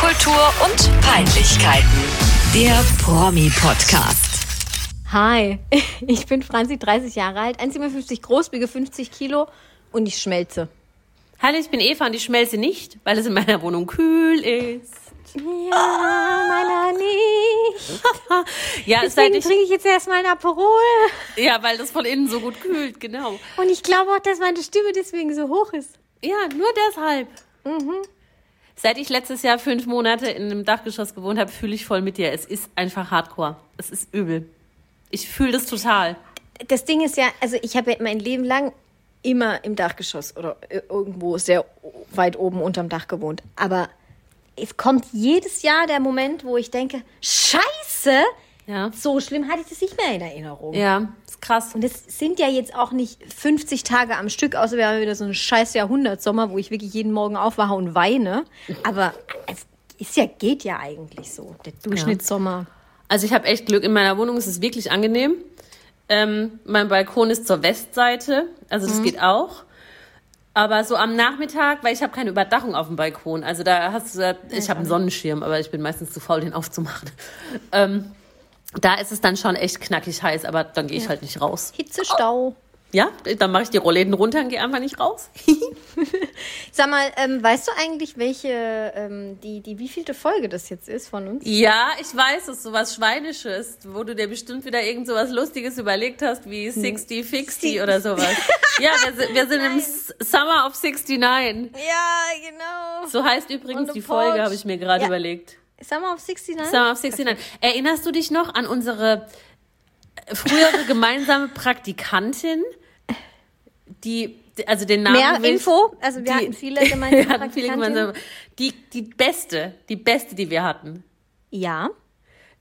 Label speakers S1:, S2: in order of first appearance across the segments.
S1: Kultur und Peinlichkeiten. Der Promi-Podcast.
S2: Hi, ich bin Franzi, 30 Jahre alt, 1,57 groß, wiege 50 Kilo und ich schmelze.
S3: Hallo, ich bin Eva und ich schmelze nicht, weil es in meiner Wohnung kühl ist.
S2: Ja, meiner nicht.
S3: Ja,
S2: Deswegen
S3: seit ich,
S2: trinke ich jetzt erstmal ein Aperol.
S3: ja, weil das von innen so gut kühlt, genau.
S2: Und ich glaube auch, dass meine Stimme deswegen so hoch ist.
S3: Ja, nur deshalb.
S2: Mhm.
S3: Seit ich letztes Jahr fünf Monate in einem Dachgeschoss gewohnt habe, fühle ich voll mit dir. Es ist einfach Hardcore. Es ist übel. Ich fühle das total.
S2: Das Ding ist ja, also ich habe ja mein Leben lang immer im Dachgeschoss oder i- irgendwo sehr o- weit oben unterm Dach gewohnt. Aber es kommt jedes Jahr der Moment, wo ich denke, scheiße,
S3: Ja,
S2: so schlimm hatte ich das nicht mehr in Erinnerung.
S3: ja, ist krass.
S2: Und es sind ja jetzt auch nicht 50 Tage am Stück, außer wir haben wieder so einen scheiß Jahrhundertsommer, wo ich wirklich jeden Morgen aufwache und weine. Aber es ist ja, geht ja eigentlich so. Der Durchschnittssommer.
S3: Also ich habe echt Glück. In meiner Wohnung ist es wirklich angenehm. Ähm, mein Balkon ist zur Westseite, also das geht auch. Aber so am Nachmittag, weil ich habe keine Überdachung auf dem Balkon. Also da hast du, da, ich habe einen Sonnenschirm, aber ich bin meistens zu faul, den aufzumachen. Ähm, da ist es dann schon echt knackig heiß, aber dann gehe ich halt nicht raus.
S2: Hitzestau.
S3: Ja, dann mache ich die Rollläden runter und gehe einfach nicht raus.
S2: Sag mal, ähm, weißt du eigentlich, welche, ähm, die, die, wievielte Folge das jetzt ist von uns?
S3: Ja, ich weiß, es ist sowas Schweinisches, wo du dir bestimmt wieder irgend sowas Lustiges überlegt hast, wie
S2: Hm.
S3: 60, 60 oder sowas. Ja, wir, sind- wir sind im S- Summer of 69.
S2: Ja, genau.
S3: So heißt
S2: On
S3: übrigens
S2: the
S3: die
S2: porch.
S3: Folge, habe ich mir gerade
S2: Ja.
S3: überlegt.
S2: Summer of 69?
S3: Summer of 69. Erinnerst du dich noch an unsere äh, frühere gemeinsame Praktikantin, die, also den Namen
S2: Mehr
S3: will ich-
S2: Info? Also wir
S3: die-
S2: hatten viele gemeinsame
S3: wir hatten viele
S2: Praktikantinnen.
S3: gemeinsame. Die, die beste, die beste, die wir hatten.
S2: Ja.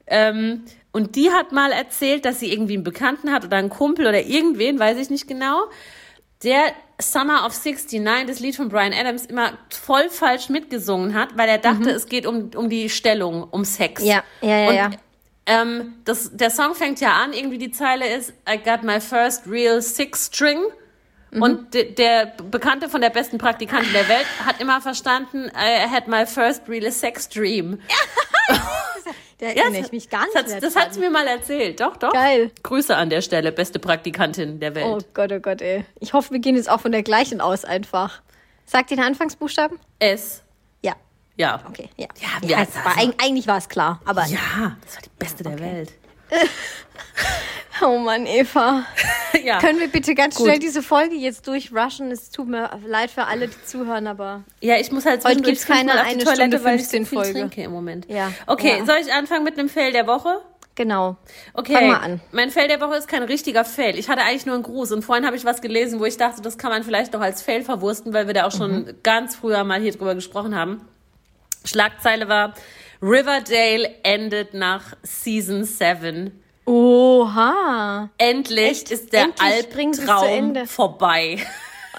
S3: Ähm, und die hat mal erzählt, dass sie irgendwie einen Bekannten hat oder einen Kumpel oder irgendwen, weiß ich nicht genau, der Summer of 69, das Lied von Brian Adams, immer voll falsch mitgesungen hat, weil er dachte, es geht um, um die Stellung, um Sex.
S2: Mhm. Ja, ja, ja,
S3: Und,
S2: ja.
S3: Ähm, das, der Song fängt ja an, irgendwie die Zeile ist, I got my first real six string.
S2: Mhm.
S3: Und de, der Bekannte von der besten Praktikantin der Welt hat immer verstanden, I had my first real sex dream.
S2: Da
S3: Ja,
S2: erinnere ich mich gar nicht
S3: das,
S2: mehr
S3: hat's- Das
S2: dran.
S3: hat sie mir mal erzählt, doch, doch.
S2: Geil.
S3: Grüße an der Stelle, beste Praktikantin der
S2: Oh
S3: Welt.
S2: Gott, oh Gott, ey. Ich hoffe, wir gehen jetzt auch von der gleichen aus einfach. Sagt ihr den Anfangsbuchstaben?
S3: S,
S2: Ja,
S3: ja.
S2: Oh. okay, ja.
S3: Ja, wir-
S2: es war, eig- eigentlich war es klar, aber.
S3: Ja, das war die beste der Welt.
S2: Oh Mann, Eva.
S3: ja.
S2: Können wir bitte ganz schnell diese Folge jetzt durchrushen? Es tut mir leid für alle, die zuhören, aber.
S3: ja, ich muss halt zwischendurch
S2: gibt's keine
S3: fünfmal auf die
S2: eine
S3: Toilette,
S2: Stunde
S3: weil ich so
S2: 15
S3: viel
S2: Folge.
S3: trinke im Moment.
S2: Ja.
S3: Okay,
S2: Ja.
S3: soll ich anfangen mit einem Fail der Woche?
S2: Genau.
S3: Okay.
S2: Fang mal an.
S3: Mein Fail der Woche ist kein richtiger Fail. Ich hatte eigentlich nur einen Gruß und vorhin habe ich was gelesen, wo ich dachte, das kann man vielleicht noch als Fail verwursten, weil wir da auch schon
S2: Mhm.
S3: ganz früher mal hier drüber gesprochen haben. Schlagzeile war Riverdale endet nach Season 7.
S2: Oha.
S3: Endlich
S2: Echt?
S3: ist der
S2: Endlich bringen sie's zu Ende.
S3: Albtraum vorbei.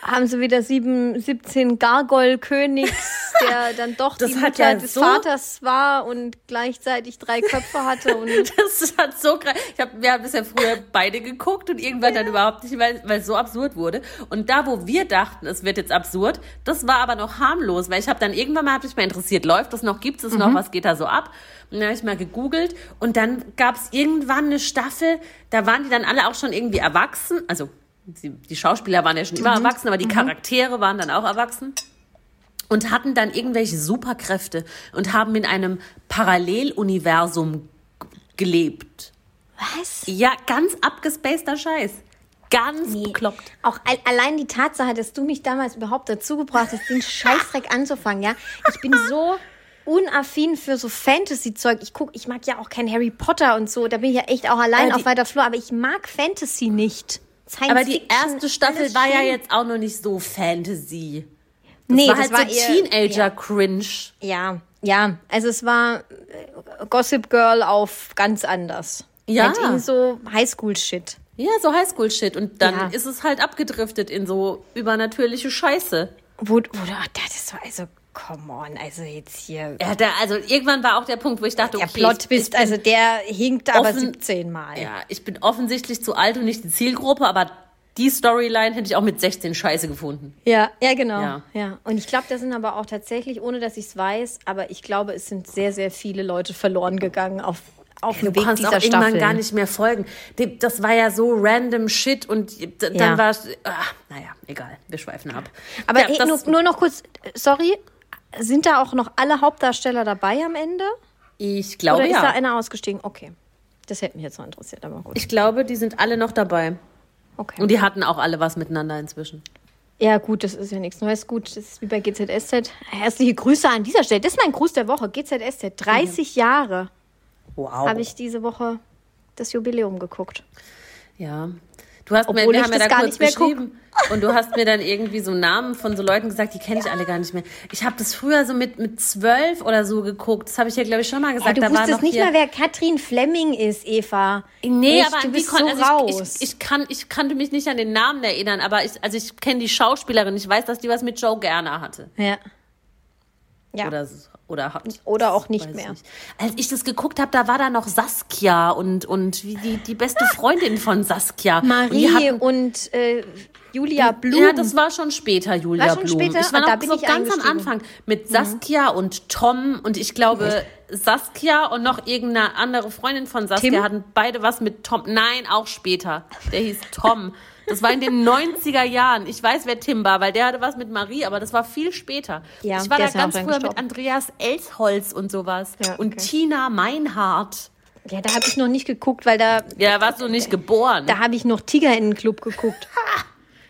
S2: Haben sie wieder sieben, 17 Gargoyle-Königs, der dann doch
S3: Das
S2: die
S3: hat
S2: Mutter
S3: ja
S2: des
S3: so-
S2: Vaters war und gleichzeitig drei Köpfe hatte und.
S3: Das hat so krass. Ich hab, wir haben bisher früher beide geguckt und irgendwann dann überhaupt nicht, weil, weil es so absurd wurde. Und da, wo wir dachten, es wird jetzt absurd, das war aber noch harmlos, weil ich habe dann irgendwann mal, hab mich mal interessiert, läuft das noch, gibt es noch, was geht da so ab? Und dann habe ich mal gegoogelt und dann gab es irgendwann eine Staffel, da waren die dann alle auch schon irgendwie erwachsen. Also die, die Schauspieler waren ja schon immer erwachsen, aber die Charaktere waren dann auch erwachsen und hatten dann irgendwelche Superkräfte und haben in einem Paralleluniversum g- gelebt.
S2: Was?
S3: Ja, ganz abgespaceder Scheiß. Ganz bekloppt.
S2: Auch al- allein die Tatsache, dass du mich damals überhaupt dazu gebracht hast, den Scheißdreck anzufangen, ja. Ich bin so unaffin für so Fantasy-Zeug. Ich guck, ich mag ja auch kein Harry Potter und so. Da bin ich ja echt auch allein
S3: Aber die-
S2: auf weiter Flur. Aber ich mag Fantasy nicht. Science
S3: Aber die
S2: Fiction,
S3: erste Staffel
S2: alles
S3: war ja
S2: schön.
S3: jetzt auch noch nicht so Fantasy. Das
S2: nee,
S3: war
S2: das
S3: halt
S2: war
S3: so
S2: eher-
S3: Teenager-Cringe.
S2: Ja, ja. Also es war äh, Gossip Girl auf ganz anders.
S3: Ja.
S2: Halt irgendwie so Highschool-Shit.
S3: Ja, so Highschool-Shit. Und dann
S2: Ja.
S3: ist es halt abgedriftet in so übernatürliche Scheiße.
S2: Wo, wo, du- ach, das war also, come on, also jetzt hier.
S3: Ja, da, also irgendwann war auch der Punkt, wo ich dachte,
S2: Der
S3: okay,
S2: Plot
S3: ich, ich
S2: bist, also der hinkt aber
S3: offen-
S2: 17 Mal.
S3: Ja, ich bin offensichtlich zu alt und nicht die Zielgruppe, aber die Storyline hätte ich auch mit 16 scheiße gefunden.
S2: Ja, ja, genau.
S3: Ja.
S2: Ja. Und ich glaube, da sind aber auch tatsächlich, ohne dass ich es weiß, aber ich glaube, es sind sehr, sehr viele Leute verloren gegangen auf, auf dem
S3: Du
S2: Weg
S3: kannst auch
S2: dieser
S3: irgendwann
S2: Staffel.
S3: gar nicht mehr folgen. Dem- Das war ja so random Shit und d- dann
S2: Ja.
S3: war es. ah, Naja, egal, wir schweifen ab.
S2: aber
S3: ja,
S2: eh, nur,
S3: das,
S2: nur noch kurz, äh, sorry, sind da auch noch alle Hauptdarsteller dabei am Ende?
S3: ich
S2: Oder
S3: glaube
S2: ist da
S3: ja.
S2: einer ausgestiegen? Okay. Das hätte mich jetzt noch interessiert, aber gut.
S3: Ich glaube, die sind alle noch dabei.
S2: Okay.
S3: Und die hatten auch alle was miteinander inzwischen.
S2: Ja, gut, das ist ja nichts Neues. Gut, das ist wie bei GZSZ. Herzliche Grüße an dieser Stelle. Das ist mein Gruß der Woche. GZSZ. 30 Jahre
S3: Wow.
S2: habe ich diese Woche das Jubiläum geguckt.
S3: Ja. Du hast mir,
S2: Obwohl
S3: wir
S2: ich
S3: haben ja da
S2: das gar
S3: kurz
S2: nicht mehr guck.
S3: geschrieben und du hast mir dann irgendwie so Namen von so Leuten gesagt, die kenne ich alle gar nicht mehr. Ich habe das früher so mit mit zwölf oder so geguckt. Das habe ich ja glaube ich schon mal gesagt.
S2: Hey, Oh, du
S3: da war noch
S2: wusstest nicht
S3: hier,
S2: mal, wer Katrin Flemming ist, Eva.
S3: Nee,
S2: Echt,
S3: aber
S2: du
S3: an die
S2: bist
S3: kon
S2: so
S3: also ich,
S2: raus.
S3: ich, ich, kann, ich kannte mich nicht an den Namen erinnern, aber ich, also ich kenne die Schauspielerin. Ich weiß, dass die was mit Joe Gerner hatte.
S2: ja. Ja.
S3: Oder, so- oder hat.
S2: Oder auch nicht
S3: Weiß ich
S2: mehr.
S3: Als ich das geguckt habe, da war da noch Saskia und, und wie die, die beste Freundin von Saskia. und die
S2: Ah. Marie
S3: hatten-
S2: und, äh, Julia Blum.
S3: Ja, das war schon später, Julia
S2: War schon
S3: Blum.
S2: später?
S3: Ich war
S2: Ah,
S3: noch
S2: da bin
S3: so
S2: ich Mhm.
S3: ganz am
S2: eingestiegen.
S3: Anfang mit Saskia und Tom und ich glaube, Saskia und noch irgendeine andere Freundin von Saskia
S2: Tim?
S3: hatten beide was mit Tom. Nein, auch später. Der hieß Tom. Das war in den 90er Jahren. Ich weiß, wer Tim war, weil der hatte was mit Marie, aber das war viel später.
S2: Ja,
S3: ich war
S2: der
S3: da
S2: ist ja auch
S3: ganz
S2: dann
S3: früher mit
S2: gestorben.
S3: Andreas Elsholz und sowas.
S2: Ja,
S3: Und
S2: okay.
S3: Tina Meinhardt.
S2: ja, da habe ich noch nicht geguckt, weil da,
S3: Ja, da warst du nicht geboren.
S2: da habe ich noch Tiger in den Club geguckt.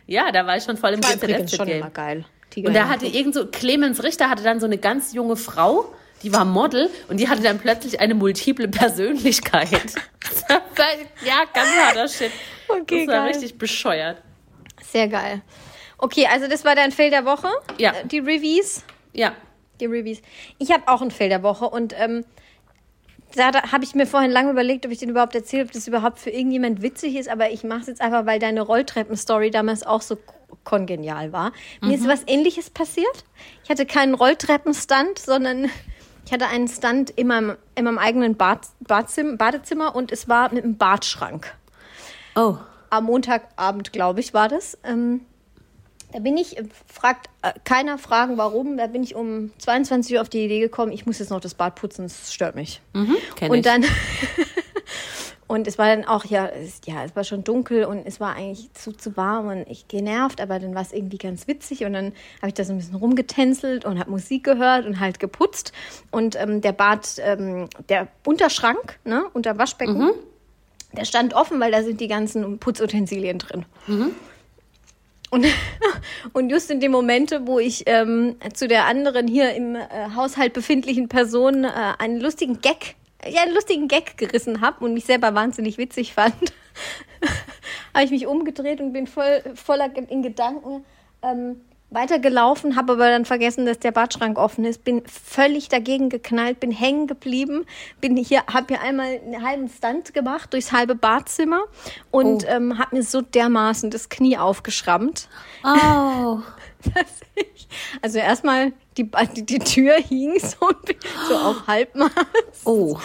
S3: ja, da war ich schon voll im
S2: War übrigens schon
S3: GZSZ-Game.
S2: immer geil. Tiger
S3: Und da
S2: in den
S3: hatte irgend so, Clemens Richter hatte dann so eine ganz junge Frau, die war Model und die hatte dann plötzlich eine multiple Persönlichkeit. Das war- ja, ganz harter Shit.
S2: Okay,
S3: das war
S2: geil.
S3: richtig bescheuert.
S2: Sehr geil. Okay, also das war dein Fail der Woche.
S3: Ja.
S2: Äh, Die Reviews.
S3: Ja.
S2: Die Reviews. Ich habe auch einen Fail der Woche und ähm, da, da habe ich mir vorhin lange überlegt, ob ich den überhaupt erzähle, ob das überhaupt für irgendjemand witzig ist, aber ich mache es jetzt einfach, weil deine Rolltreppen-Story damals auch so kongenial war. Mir ist was ähnliches passiert. Ich hatte keinen Rolltreppen-Stunt, sondern ich hatte einen Stunt in meinem, in meinem eigenen Bad, Badzim, Badezimmer und es war mit einem Badschrank
S3: Oh.
S2: am Montagabend, glaube ich, war das. Ähm, da bin ich, äh, fragt äh, keiner Fragen, warum. Da bin ich um 22 Uhr auf die Idee gekommen, ich muss jetzt noch das Bad putzen, das stört mich.
S3: kenn ich.
S2: und dann. Und es war dann auch, ja es, ja, es war schon dunkel und es war eigentlich zu, zu warm und ich genervt, aber dann war es irgendwie ganz witzig und dann habe ich da so ein bisschen rumgetänzelt und habe Musik gehört und halt geputzt. Und ähm, der Bad, ähm, der Unterschrank, ne, unter Waschbecken,
S3: Mhm.
S2: der stand offen, weil da sind die ganzen Putzutensilien drin. Und, und just in dem Moment, wo ich ähm, zu der anderen hier im äh, Haushalt befindlichen Person äh, einen lustigen Gag, ja, einen lustigen Gag gerissen habe und mich selber wahnsinnig witzig fand, habe ich mich umgedreht und bin voll, voller Ge- in Gedanken ähm, weitergelaufen, habe aber dann vergessen, dass der Badschrank offen ist, bin völlig dagegen geknallt, bin hängen geblieben, bin hier, habe hier einmal einen halben Stunt gemacht durchs halbe Badzimmer und ähm, habe mir so dermaßen das Knie aufgeschrammt,
S3: Oh.
S2: dass ich, also erstmal die, Ba- die, die Tür hing so, ein bi- so auf Halbmaß.
S3: Oh.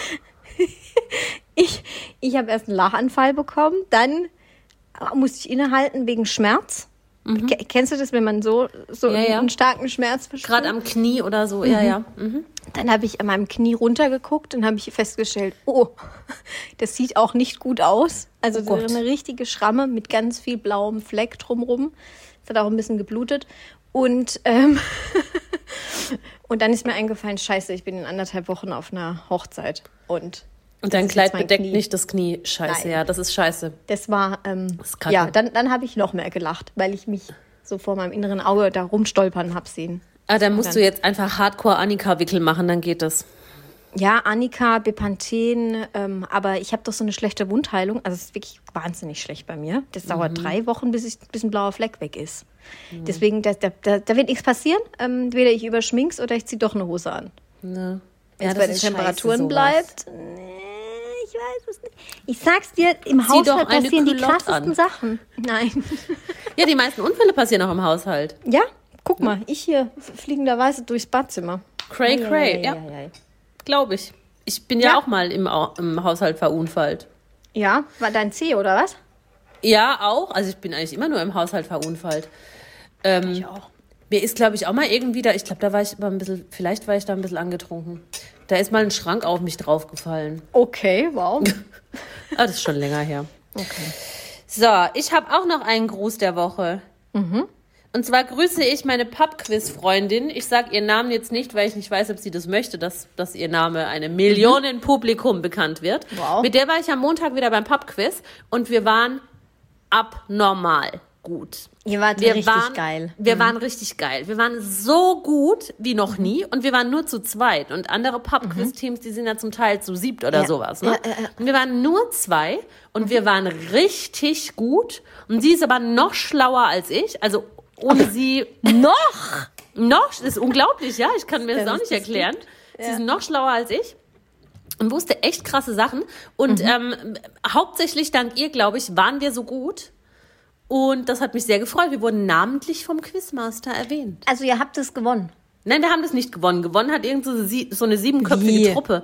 S2: Ich, ich habe erst einen Lachanfall bekommen, dann musste ich innehalten wegen Schmerz. Ke- Kennst du das, wenn man so, so
S3: Mhm. Ja, ja.
S2: einen starken Schmerz verspürt?
S3: Gerade am Knie oder so. Ja, ja. Mhm.
S2: Dann habe ich an meinem Knie runtergeguckt und habe ich festgestellt, oh, das sieht auch nicht gut aus. Also
S3: Oh
S2: so
S3: Gott.
S2: eine richtige Schramme mit ganz viel blauem Fleck drumrum. Es hat auch ein bisschen geblutet. Und, ähm, und dann ist mir eingefallen, scheiße, ich bin in anderthalb Wochen auf einer Hochzeit. Und
S3: Und dein
S2: das ist
S3: Kleid
S2: jetzt mein
S3: bedeckt
S2: Knie.
S3: nicht das Knie. Scheiße,
S2: Nein.
S3: ja, das ist scheiße.
S2: Das war, ähm,
S3: Das ist kacke.
S2: ja, dann, dann habe ich noch mehr gelacht, weil ich mich so vor meinem inneren Auge da rumstolpern habe sehen.
S3: Ah, dann musst du jetzt einfach Hardcore Annika-Wickel machen, dann geht das.
S2: Ja, Annika, Bepanthen, ähm, aber ich habe doch so eine schlechte Wundheilung. Also es ist wirklich wahnsinnig schlecht bei mir. Das dauert
S3: Mhm.
S2: drei Wochen, bis, ich, bis ein blauer Fleck weg ist. Deswegen, da, da, da da wird nichts passieren. Ähm, weder ich überschmink's oder ich ziehe doch eine Hose an.
S3: Ne?
S2: Wenn es bei den Temperaturen
S3: scheiße, sowas.
S2: bleibt. Nee, ich weiß es nicht. Ich sag's dir, im
S3: Zieh doch
S2: Haushalt
S3: eine
S2: passieren die
S3: Culotte
S2: krassesten
S3: an.
S2: Sachen. Nein.
S3: Ja, die meisten Unfälle passieren auch im Haushalt.
S2: Ja, guck mal, ich hier f- fliegenderweise durchs Badzimmer.
S3: Cray,
S2: Oh,
S3: cray, ja.
S2: ja.
S3: Glaube ich. Ich bin ja,
S2: Ja.
S3: auch mal im, Au- im Haushalt verunfallt.
S2: Ja, war dein Zeh oder was?
S3: Ja, auch. Also ich bin eigentlich immer nur im Haushalt verunfallt. Ähm, ich auch. Mir ist, glaube ich, auch mal irgendwie da, ich glaube, da war ich mal ein bisschen, vielleicht war ich da ein bisschen angetrunken. Da ist mal ein Schrank auf mich draufgefallen.
S2: Okay, wow.
S3: Ah, das ist schon länger her. So, ich habe auch noch einen Gruß der Woche.
S2: Mhm.
S3: Und zwar grüße ich meine Pubquiz-Freundin. Ich sage ihren Namen jetzt nicht, weil ich nicht weiß, ob sie das möchte, dass, dass ihr Name einem Millionenpublikum bekannt wird.
S2: Mhm. Wow.
S3: Mit der war ich am Montag wieder beim Pubquiz und wir waren abnormal gut.
S2: Ihr wart
S3: Wir
S2: richtig
S3: waren,
S2: geil. Mhm.
S3: Wir waren richtig geil. Wir waren so gut wie noch nie und wir waren nur zu zweit. Und andere Pub-Quiz-Teams, die sind ja zum Teil zu siebt oder
S2: Mhm. Ja.
S3: sowas. Ne?
S2: Ja, ja, ja.
S3: Und wir waren nur zwei und
S2: Mhm.
S3: wir waren richtig gut. Und sie ist aber noch schlauer als ich. Also ohne sie noch. Noch, das ist unglaublich, ja. Ich kann mir das
S2: Ja,
S3: auch
S2: das
S3: nicht
S2: ist gut.
S3: erklären. Sie ist noch schlauer als ich und wusste echt krasse Sachen. Und
S2: Mhm.
S3: ähm, hauptsächlich dank ihr, glaube ich, waren wir so gut. Und das hat mich sehr gefreut. Wir wurden namentlich vom Quizmaster erwähnt.
S2: Also ihr habt es gewonnen.
S3: Nein, wir haben das nicht gewonnen. Gewonnen hat irgend so, eine sie- so eine siebenköpfige
S2: Wie?
S3: Truppe.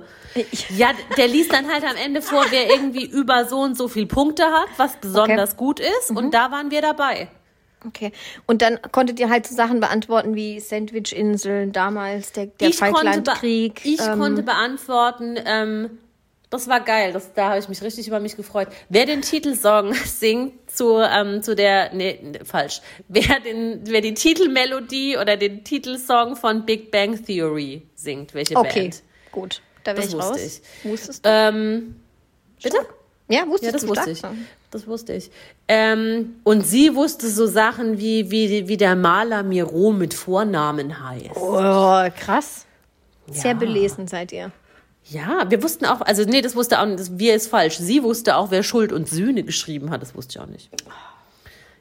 S3: Ja, der liest dann halt am Ende vor, wer irgendwie über so und so viel Punkte hat, was besonders gut ist.
S2: Mhm.
S3: Und da waren wir dabei.
S2: Okay. Und dann konntet ihr halt so Sachen beantworten wie Sandwichinseln damals, der, der ähm, Falklandkrieg.
S3: Konnte be- ich konnte beantworten, ähm, das war geil, das, da habe ich mich richtig über mich gefreut. Wer den Titelsong singt zu, ähm, zu der, nee, nee, falsch. Wer, den, wer die Titelmelodie oder den Titelsong von Big Bang Theory singt, welche
S2: okay,
S3: Band?
S2: gut. Da wäre
S3: Das
S2: ich
S3: wusste
S2: raus.
S3: ich.
S2: Wusstest du?
S3: Ähm, bitte?
S2: ja, wusstest
S3: Ja, das
S2: du
S3: wusste ich.
S2: stark?
S3: Das wusste ich. Ähm, und sie wusste so Sachen wie, wie, wie der Maler Miro mit Vornamen heißt.
S2: Oh, krass. Sehr belesen seid ihr.
S3: Ja, wir wussten auch, also nee, das wusste auch nicht, das, wir ist falsch. Sie wusste auch, wer Schuld und Sühne geschrieben hat, das wusste ich auch nicht.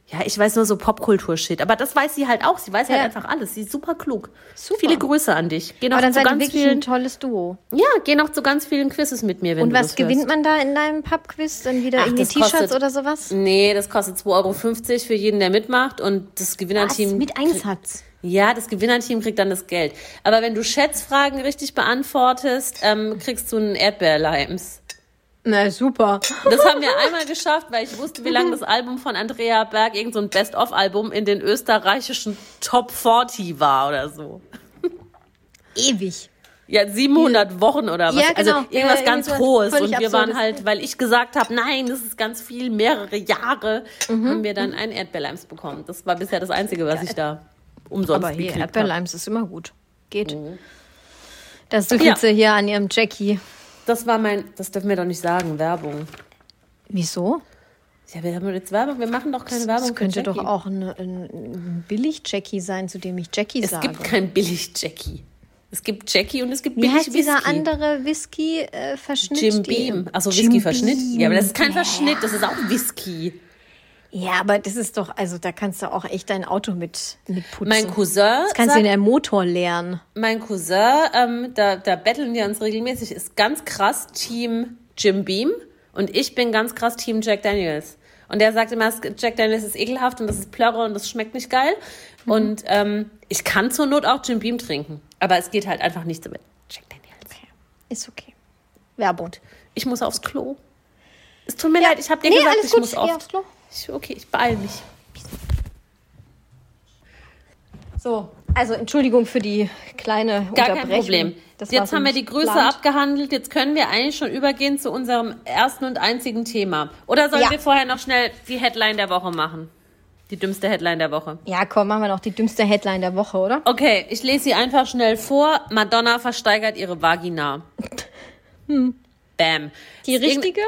S3: Ja, ich weiß nur so Popkultur-Shit, aber das weiß sie halt auch, sie weiß halt
S2: Ja.
S3: einfach alles, sie ist super klug.
S2: Super.
S3: Viele Grüße an dich. Geh noch
S2: Aber dann
S3: zu
S2: seid ihr
S3: ganz
S2: wirklich
S3: vielen,
S2: ein tolles Duo.
S3: ja, geh noch zu ganz vielen Quizzes mit mir, wenn
S2: Und
S3: du
S2: was
S3: das
S2: gewinnt
S3: hörst.
S2: man da in deinem Pubquiz? Dann wieder
S3: Ach,
S2: irgendwie
S3: das kostet-
S2: T-Shirts oder sowas?
S3: Nee, das kostet 2,50 Euro für jeden, der mitmacht und das Gewinnerteam...
S2: Mit Einsatz.
S3: Ja, das Gewinnerteam kriegt dann das Geld. Aber wenn du Schätzfragen richtig beantwortest, ähm, kriegst du einen Erdbeerleims.
S2: Na super.
S3: Das haben wir einmal geschafft, weil ich wusste, wie lange das Album von Andrea Berg, irgendein so ein Best-of-Album in den österreichischen Top 40 war oder so.
S2: Ewig.
S3: Ja, 700 Wochen oder was.
S2: Ja, genau.
S3: Also irgendwas
S2: Ja,
S3: ganz
S2: irgendwas
S3: Hohes. Und
S2: völlig
S3: wir waren
S2: Absurdes.
S3: halt, weil ich gesagt habe, nein, das ist ganz viel, mehrere Jahre,
S2: Mhm.
S3: haben wir dann einen Erdbeerleims bekommen. Das war bisher das Einzige, was ich da umsonst
S2: Aber hier,
S3: gekriegt hab. Mhm.
S2: Erdbeerleims ist immer gut. Geht. Das dümpelt sie hier an ihrem Jackie.
S3: Das war mein, das dürfen wir doch nicht sagen, Werbung.
S2: Wieso?
S3: Ja, wir haben jetzt Werbung, wir machen doch keine Werbung.
S2: Das
S3: für
S2: könnte doch
S3: Jackie.
S2: auch ein, ein, ein Billig-Jackie sein, zu dem ich Jackie
S3: Es
S2: sage.
S3: gibt kein Billig-Jackie. Es gibt Jackie und es gibt
S2: Wie heißt
S3: Billig-Whisky.
S2: dieser andere äh, Whisky-Verschnitt?
S3: Jim Beam. Achso, Whisky-Verschnitt. Ja, aber das ist kein Verschnitt, das ist auch Whisky.
S2: Ja, aber das ist doch, also da kannst du auch echt dein Auto mit, mit putzen.
S3: Mein Cousin,
S2: das kannst du in
S3: sagt,
S2: der Motor lernen.
S3: mein Cousin, ähm, da, da betteln wir uns regelmäßig, ist ganz krass Team Jim Beam und ich bin ganz krass Team Jack Daniels. Und der sagt immer, es- Jack Daniels ist ekelhaft und das ist Plörre und das schmeckt nicht geil.
S2: Mhm.
S3: Und ähm, ich kann zur Not auch Jim Beam trinken, aber es geht halt einfach nicht so mit Jack Daniels.
S2: Ist okay. Werbung.
S3: Ich muss aufs Klo. Es tut mir leid, Halt, ich habe dir
S2: nee,
S3: gesagt,
S2: alles
S3: ich
S2: gut.
S3: muss
S2: Geh
S3: auf.
S2: aufs Klo.
S3: Ich, okay, ich beeil mich.
S2: So, also Entschuldigung für die kleine
S3: Gar kein
S2: Unterbrechung.
S3: Problem.
S2: Das war
S3: Jetzt
S2: so
S3: haben wir die Grüße
S2: geplant.
S3: abgehandelt. Jetzt können wir eigentlich schon übergehen zu unserem ersten und einzigen Thema. Oder sollen
S2: Ja.
S3: wir vorher noch schnell die Headline der Woche machen? Die dümmste Headline der Woche.
S2: Ja, komm, machen wir noch die dümmste Headline der Woche, oder?
S3: Okay, ich lese sie einfach schnell vor. Madonna versteigert ihre Vagina. Bam.
S2: Hm. Die
S3: Ist irgend-
S2: richtige?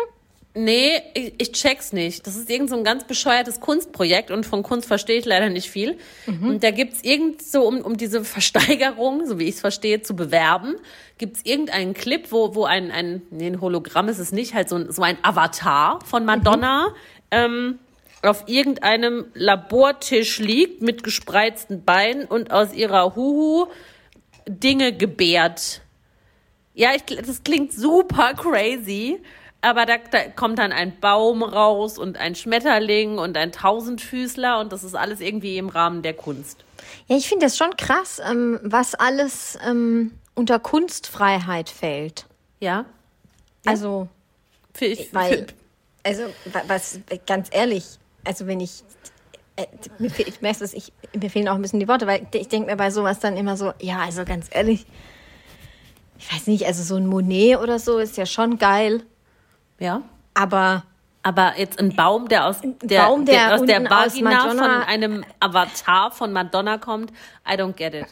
S3: Nee, ich, ich check's nicht. Das ist irgend so ein ganz bescheuertes Kunstprojekt und von Kunst verstehe ich leider nicht viel. Und da gibt's irgend so, um, um diese Versteigerung, so wie ich es verstehe, zu bewerben, gibt's irgendeinen Clip, wo, wo ein, ein, nee, ein Hologramm ist es nicht, halt so ein, so ein Avatar von Madonna ähm, auf irgendeinem Labortisch liegt mit gespreizten Beinen und aus ihrer Huhu Dinge gebärt. Ja, ich, das klingt super crazy, aber da, da kommt dann ein Baum raus und ein Schmetterling und ein Tausendfüßler und das ist alles irgendwie im Rahmen der Kunst.
S2: Ja, ich finde das schon krass, ähm, was alles ähm, unter Kunstfreiheit fällt.
S3: Ja?
S2: Also,
S3: Für ich,
S2: Weil-
S3: für-
S2: Also, wa- was, ganz ehrlich, also wenn ich, äh, mir fehl, ich merke es, ich, mir fehlen auch ein bisschen die Worte, weil ich denke mir bei sowas dann immer so, ja, also ganz ehrlich, ich weiß nicht, also so ein Monet oder so ist ja schon geil,
S3: Ja.
S2: aber
S3: Aber jetzt ein Baum, der aus der,
S2: Baum, der
S3: aus der
S2: unten aus
S3: Vagina
S2: Madonna-
S3: von einem Avatar von Madonna kommt, I don't get it.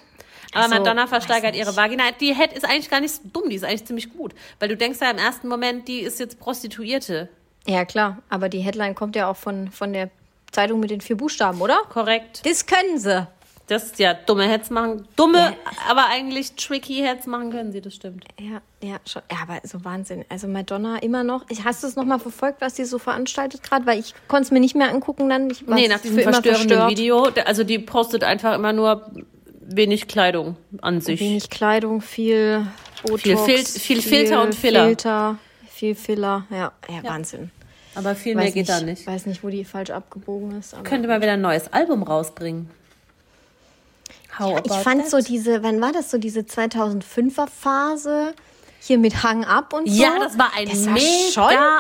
S3: Aber
S2: Also,
S3: Madonna
S2: weiß
S3: versteigert
S2: nicht.
S3: ihre Vagina. Die Head ist eigentlich gar nicht so dumm, die ist eigentlich ziemlich gut. Weil du denkst ja im ersten Moment, die ist jetzt Prostituierte.
S2: ja klar, aber die Headline kommt ja auch von, von der Zeitung mit den vier Buchstaben, oder?
S3: Korrekt.
S2: Das können sie.
S3: Das ist ja dumme Heads machen. Dumme, aber eigentlich tricky Heads machen können sie, das stimmt.
S2: Ja, ja, schon. Ja, aber so Wahnsinn. Also Madonna immer noch. Ich, hast du es nochmal verfolgt, was die so veranstaltet gerade? Weil ich konnte es mir nicht mehr angucken dann. Ich war
S3: nee, nach diesem
S2: für immer
S3: verstörenden
S2: verstört.
S3: Video. da- Also die postet einfach immer nur wenig Kleidung an sich.
S2: Wenig Kleidung, viel Botox.
S3: Viel Fil- viel Filter und Filler.
S2: Filter, viel Filler. Ja, ja, Wahnsinn.
S3: Aber viel
S2: Weiß
S3: mehr geht
S2: nicht,
S3: da nicht.
S2: Weiß nicht, wo die falsch abgebogen ist. Aber
S3: Könnte mal wieder ein neues Album rausbringen. How
S2: ich
S3: about
S2: fand
S3: that?
S2: so diese, wann war das so, diese 2005er Phase? Hier mit Hang Up und so.
S3: Ja, das war ein
S2: das war
S3: mega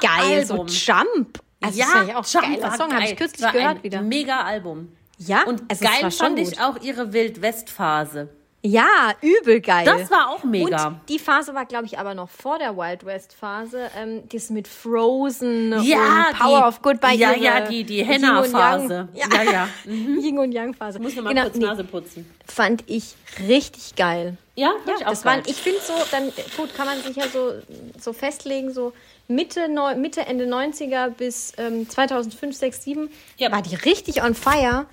S2: schon geil.
S3: Album.
S2: So Jump. Also das fand ich auch
S3: Jump
S2: geiler
S3: war
S2: Song, habe
S3: geil.
S2: ich kürzlich
S3: war
S2: gehört
S3: ein
S2: wieder.
S3: Mega Album.
S2: Ja,
S3: Und
S2: also es
S3: geil
S2: war schon
S3: fand
S2: gut.
S3: ich auch ihre Wildwest-Phase.
S2: Ja, übel geil.
S3: Das war auch mega.
S2: Und die Phase war, glaube ich, aber noch vor der Wild West Phase. Ähm, das mit Frozen
S3: Ja,
S2: und Power
S3: die-
S2: of Good bei
S3: ja,
S2: ihre
S3: ja, die- die
S2: Yin und
S3: Henna-Phase.
S2: Yang-
S3: Ja, ja.
S2: Yin und Yang Phase. Genau,
S3: Muss nochmal kurz Nase putzen.
S2: Fand ich richtig geil.
S3: Ja, fand
S2: Ja,
S3: ich auch
S2: das waren,
S3: geil.
S2: ich finde so, dann gut, kann man sich ja so, so festlegen, so Mitte, neu, Mitte Ende 90er bis ähm, 2005, 6, 7
S3: Ja.
S2: war die richtig on fire.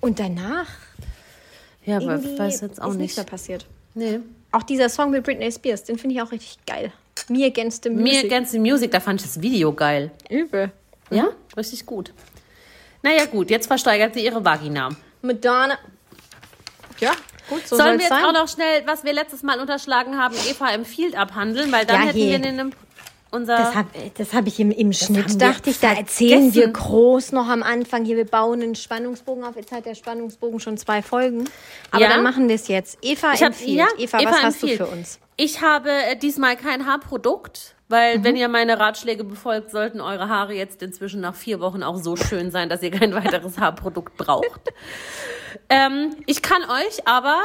S2: Und danach
S3: Ja, aber
S2: irgendwie
S3: ich weiß jetzt auch
S2: ist nichts mehr
S3: nicht.
S2: passiert.
S3: Nee.
S2: Auch dieser Song mit Britney Spears, den finde ich auch richtig geil. Mir against the
S3: Mir
S2: music.
S3: Against the Music, da fand ich das Video geil.
S2: Übel.
S3: Ja? Richtig gut. Naja, gut, jetzt versteigert sie ihre Vagina.
S2: Madonna. Ja, gut, so soll
S3: Sollen wir
S2: es
S3: jetzt
S2: sein.
S3: auch noch schnell, was wir letztes Mal unterschlagen haben, Eva empfiehlt abhandeln, weil dann
S2: Ja,
S3: hätten
S2: je.
S3: wir in einem, unser.
S2: das habe das hab ich im, im
S3: haben
S2: Schnitt,
S3: wir
S2: dachte ich, da erzählen wir
S3: vergessen.
S2: groß noch am Anfang. Hier, wir bauen einen Spannungsbogen auf. Jetzt hat der Spannungsbogen schon zwei Folgen. Aber
S3: Ja.
S2: dann machen wir es jetzt. Eva
S3: Ich hab-
S2: empfiehlt.
S3: ja,
S2: Eva, was hast du
S3: empfiehlt.
S2: für uns?
S3: Ich habe äh, diesmal kein Haarprodukt, weil
S2: Mhm.
S3: wenn ihr meine Ratschläge befolgt, sollten eure Haare jetzt inzwischen nach vier Wochen auch so schön sein, dass ihr kein weiteres Haarprodukt braucht. ähm, ich kann euch aber,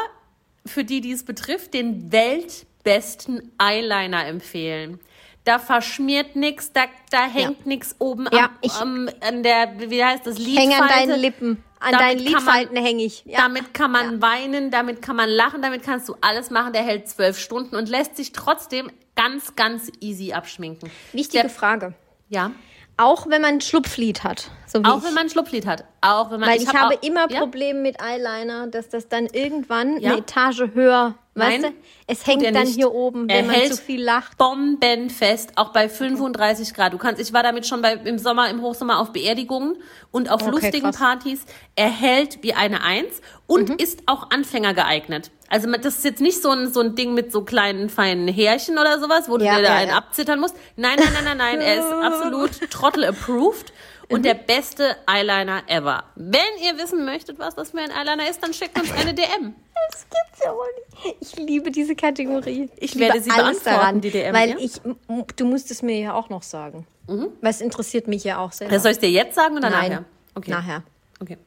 S3: für die, die es betrifft, den weltbesten Eyeliner empfehlen. Da verschmiert nichts, da, da hängt nichts oben
S2: Ja,
S3: am,
S2: ich-
S3: am, an der, wie heißt das,
S2: Häng an
S3: Lidfalte.
S2: deinen Lippen. An
S3: Damit
S2: deinen
S3: kann man-
S2: Lidfalten hänge ich. Ja.
S3: Damit kann man weinen, damit kann man lachen, damit kannst du alles machen. Der hält zwölf Stunden und lässt sich trotzdem ganz, ganz easy abschminken.
S2: Wichtige
S3: Der-
S2: Frage.
S3: Ja,
S2: Auch wenn man ein Schlupflied hat, so wie
S3: auch
S2: ich.
S3: wenn man ein Schlupflied hat. Auch wenn man,
S2: Weil ich,
S3: hab
S2: habe
S3: auch-
S2: immer
S3: ja?
S2: Probleme mit Eyeliner, dass das dann irgendwann
S3: Ja.
S2: eine Etage höher, weißt
S3: Nein,
S2: du? Es
S3: tut
S2: hängt
S3: er
S2: dann
S3: nicht.
S2: hier oben,
S3: Er
S2: wenn man
S3: hält
S2: zu viel lacht.
S3: Bombenfest, auch bei 35 Grad. Du kannst, ich war damit schon bei, im Sommer, im Hochsommer auf Beerdigungen und auf
S2: Okay,
S3: lustigen
S2: krass. Mhm.
S3: Partys. Er hält wie eine Eins und ist auch Anfänger geeignet. Also man- das ist jetzt nicht so ein, so ein Ding mit so kleinen, feinen Härchen oder sowas, wo du
S2: Ja,
S3: dir da
S2: ja,
S3: einen
S2: ja.
S3: abzittern musst. Nein, nein, nein, nein, nein. er ist absolut Trottel-approved. Und
S2: Mhm.
S3: der beste Eyeliner ever. Wenn ihr wissen möchtet, was das für ein Eyeliner ist, dann schickt uns eine DM.
S2: Das gibt's ja wohl nicht. Ich liebe diese Kategorie.
S3: Ich
S2: liebe
S3: werde sie
S2: alles
S3: beantworten,
S2: daran,
S3: die DM,
S2: Weil
S3: ja?
S2: ich, m- m- du musst es mir ja auch noch sagen. Weil es interessiert mich ja auch sehr.
S3: Das soll ich dir jetzt sagen oder
S2: Nein,
S3: nachher? Okay.
S2: nachher.
S3: Okay.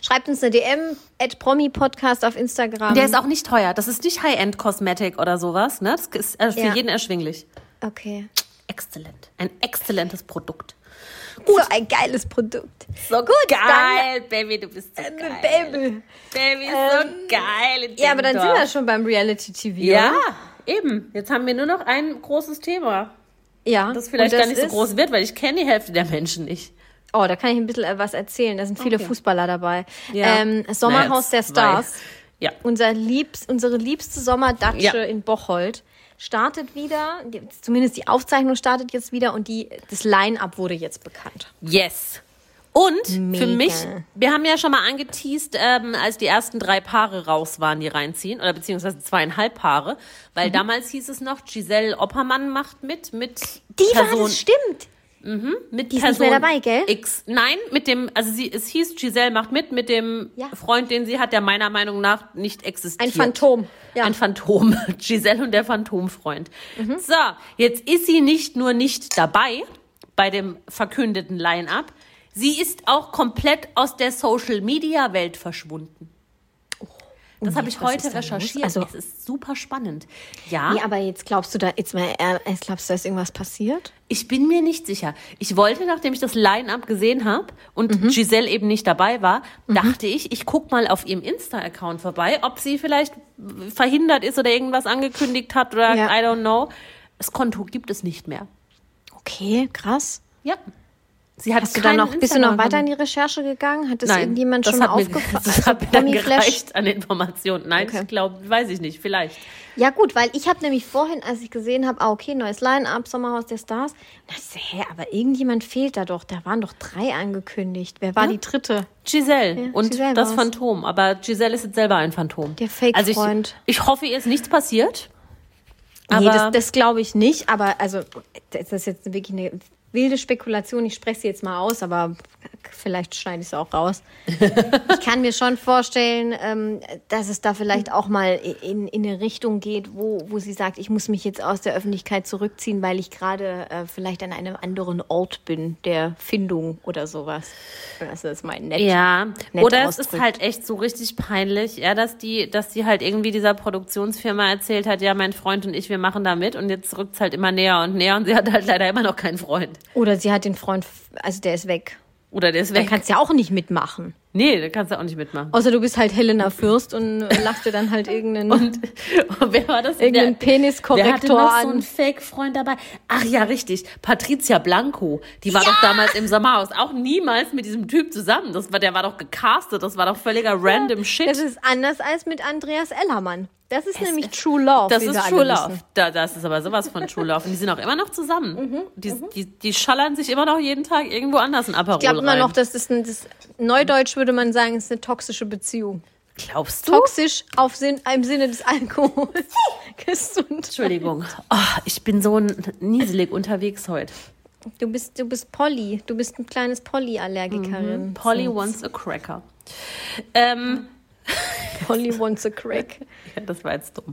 S2: Schreibt uns eine DM, at Promi-Podcast auf Instagram.
S3: Der ist auch nicht teuer. Das ist nicht High-End-Kosmetik oder sowas. Ne? Das ist äh, für
S2: Ja.
S3: jeden erschwinglich.
S2: okay.
S3: Exzellent. Ein exzellentes Produkt.
S2: Gut. So ein geiles Produkt.
S3: So
S2: Gut, Äh,
S3: geil, Baby, du bist so geil. Ähm,
S2: Baby.
S3: Baby ist so geil. in
S2: Ja, aber dann sind wir
S3: Dendorf.
S2: schon beim Reality-TV.
S3: Ja,
S2: oder?
S3: eben. Jetzt haben wir nur noch ein großes Thema,
S2: ja.
S3: das vielleicht
S2: Und
S3: gar nicht so
S2: ist-
S3: groß wird, weil ich kenne die Hälfte der Menschen nicht.
S2: Oh, da kann ich ein bisschen äh, was erzählen. Da sind viele
S3: Okay.
S2: Fußballer dabei.
S3: Ja.
S2: Ähm, Sommerhaus
S3: Naja,
S2: der Stars.
S3: zwei. Ja.
S2: Unser liebst, unsere liebste Sommerdatsche
S3: Ja.
S2: in Bocholt startet wieder. die- Zumindest die Aufzeichnung startet jetzt wieder und die, das Line-Up wurde jetzt bekannt.
S3: Yes. Und
S2: Mega.
S3: für mich, wir haben ja schon mal angeteased, ähm, als die ersten drei Paare raus waren, die reinziehen, oder beziehungsweise zweieinhalb Paare, weil
S2: Mhm.
S3: damals hieß es noch, Giselle Oppermann macht mit, mit
S2: Die
S3: Person,
S2: war das stimmt.
S3: mit
S2: die ist nicht
S3: Person
S2: mehr dabei, gell?
S3: X. Nein, mit dem, also sie, es hieß, Giselle macht mit, mit dem
S2: Ja.
S3: Freund, den sie hat, der meiner Meinung nach nicht existiert.
S2: Ein Phantom. Ja. Mhm.
S3: Ein Phantom. Giselle und der Phantomfreund. So, jetzt ist sie nicht nur nicht dabei bei dem verkündeten Line-Up. Sie ist auch komplett aus der Social-Media-Welt verschwunden. Das
S2: Oh
S3: habe
S2: je,
S3: ich
S2: was
S3: heute
S2: ist da los?
S3: recherchiert.
S2: Also-
S3: es ist super spannend. Ja,
S2: Nee, aber jetzt glaubst du da, jetzt mal ehrlich, jetzt glaubst du, da ist irgendwas passiert?
S3: ich bin mir nicht sicher. Ich wollte, nachdem ich das Line-Up gesehen habe
S2: Mhm.
S3: und Giselle eben nicht dabei war, dachte ich, ich guck mal auf ihrem Insta-Account vorbei, ob sie vielleicht verhindert ist oder irgendwas angekündigt hat oder
S2: Ja.
S3: I don't know. Das Konto gibt es nicht mehr.
S2: Okay, krass.
S3: Ja. Sie hat
S2: Hast du da
S3: keinen
S2: noch, bist du noch weiter in
S3: Instagram-Konto.
S2: die Recherche gegangen? Hat es
S3: Nein,
S2: irgendjemand
S3: das
S2: schon
S3: hat mir, Das
S2: aufgefallen?
S3: hat mir dann gereicht an Informationen. Nein,
S2: Okay.
S3: ich glaube, weiß ich nicht, vielleicht.
S2: Ja, gut, weil ich habe nämlich vorhin, als ich gesehen habe, ah, okay, neues Line-Up, Sommerhaus der Stars, dachte ich, so, hä, aber irgendjemand fehlt da doch. Da waren doch drei angekündigt. Wer war die dritte?
S3: Ne? Giselle
S2: Ja,
S3: und
S2: Giselle
S3: das
S2: war's.
S3: Phantom. Aber Giselle ist jetzt selber ein Phantom.
S2: Der Fake-Freund.
S3: Also ich, ich hoffe, ihr ist nichts passiert. Aber
S2: nee, das, das glaube ich nicht, aber also, das ist jetzt wirklich eine wilde Spekulation. Ich spreche sie jetzt mal aus, aber vielleicht schneide ich es auch raus. ich kann mir schon vorstellen, ähm, dass es da vielleicht auch mal in, in eine Richtung geht, wo, wo sie sagt, ich muss mich jetzt aus der Öffentlichkeit zurückziehen, weil ich gerade äh, vielleicht an einem anderen Ort bin, der Findung oder sowas. Also das ist mein nett.
S3: ja,
S2: nett
S3: oder es ist
S2: ausdrückt.
S3: halt echt so richtig peinlich, ja, dass die, dass die halt irgendwie dieser Produktionsfirma erzählt hat, ja, mein Freund und ich, wir machen da mit und jetzt rückt's halt immer näher und näher und sie hat halt leider immer noch keinen Freund.
S2: Oder sie hat den Freund, f- also der ist weg.
S3: Oder der ist
S2: Da
S3: weg.
S2: kannst du ja auch nicht mitmachen.
S3: nee, da kannst du auch nicht mitmachen.
S2: Außer du bist halt Helena Fürst und lachst dir dann halt irgendeinen,
S3: Und, und wer war das?
S2: irgendeinen
S3: Der- Wer hatte
S2: Peniskorrektor
S3: noch so einen
S2: an.
S3: Fake-Freund dabei? Ach ja, richtig. Patricia Blanco. Die war doch damals im Sommerhaus auch niemals mit diesem Typ zusammen. Das war, der war doch gecastet. Das war doch völliger random Shit.
S2: Das ist anders als mit Andreas Ellermann. Das ist nämlich True Love.
S3: Das
S2: wie
S3: ist
S2: wir alle
S3: True Love.
S2: wissen. Mhm,
S3: Da, das ist aber sowas von True Love. Und die sind auch immer noch zusammen. die, Die, die schallern sich immer noch jeden Tag irgendwo anders ein Aperol
S2: Ich glaube immer
S3: rein.
S2: noch, das ist ein, das, Neudeutsch würde man sagen, ist eine toxische Beziehung.
S3: Glaubst du?
S2: Toxisch auf Sinn, im Sinne des Alkohols. Gesund.
S3: Entschuldigung. Oh, ich bin so nieselig unterwegs heute.
S2: Du bist, du bist Polly. Du bist ein kleines Polly-Allergikerin.
S3: Polly wants a cracker. Ähm,
S2: Polly wants a crack.
S3: Ja, das war jetzt dumm.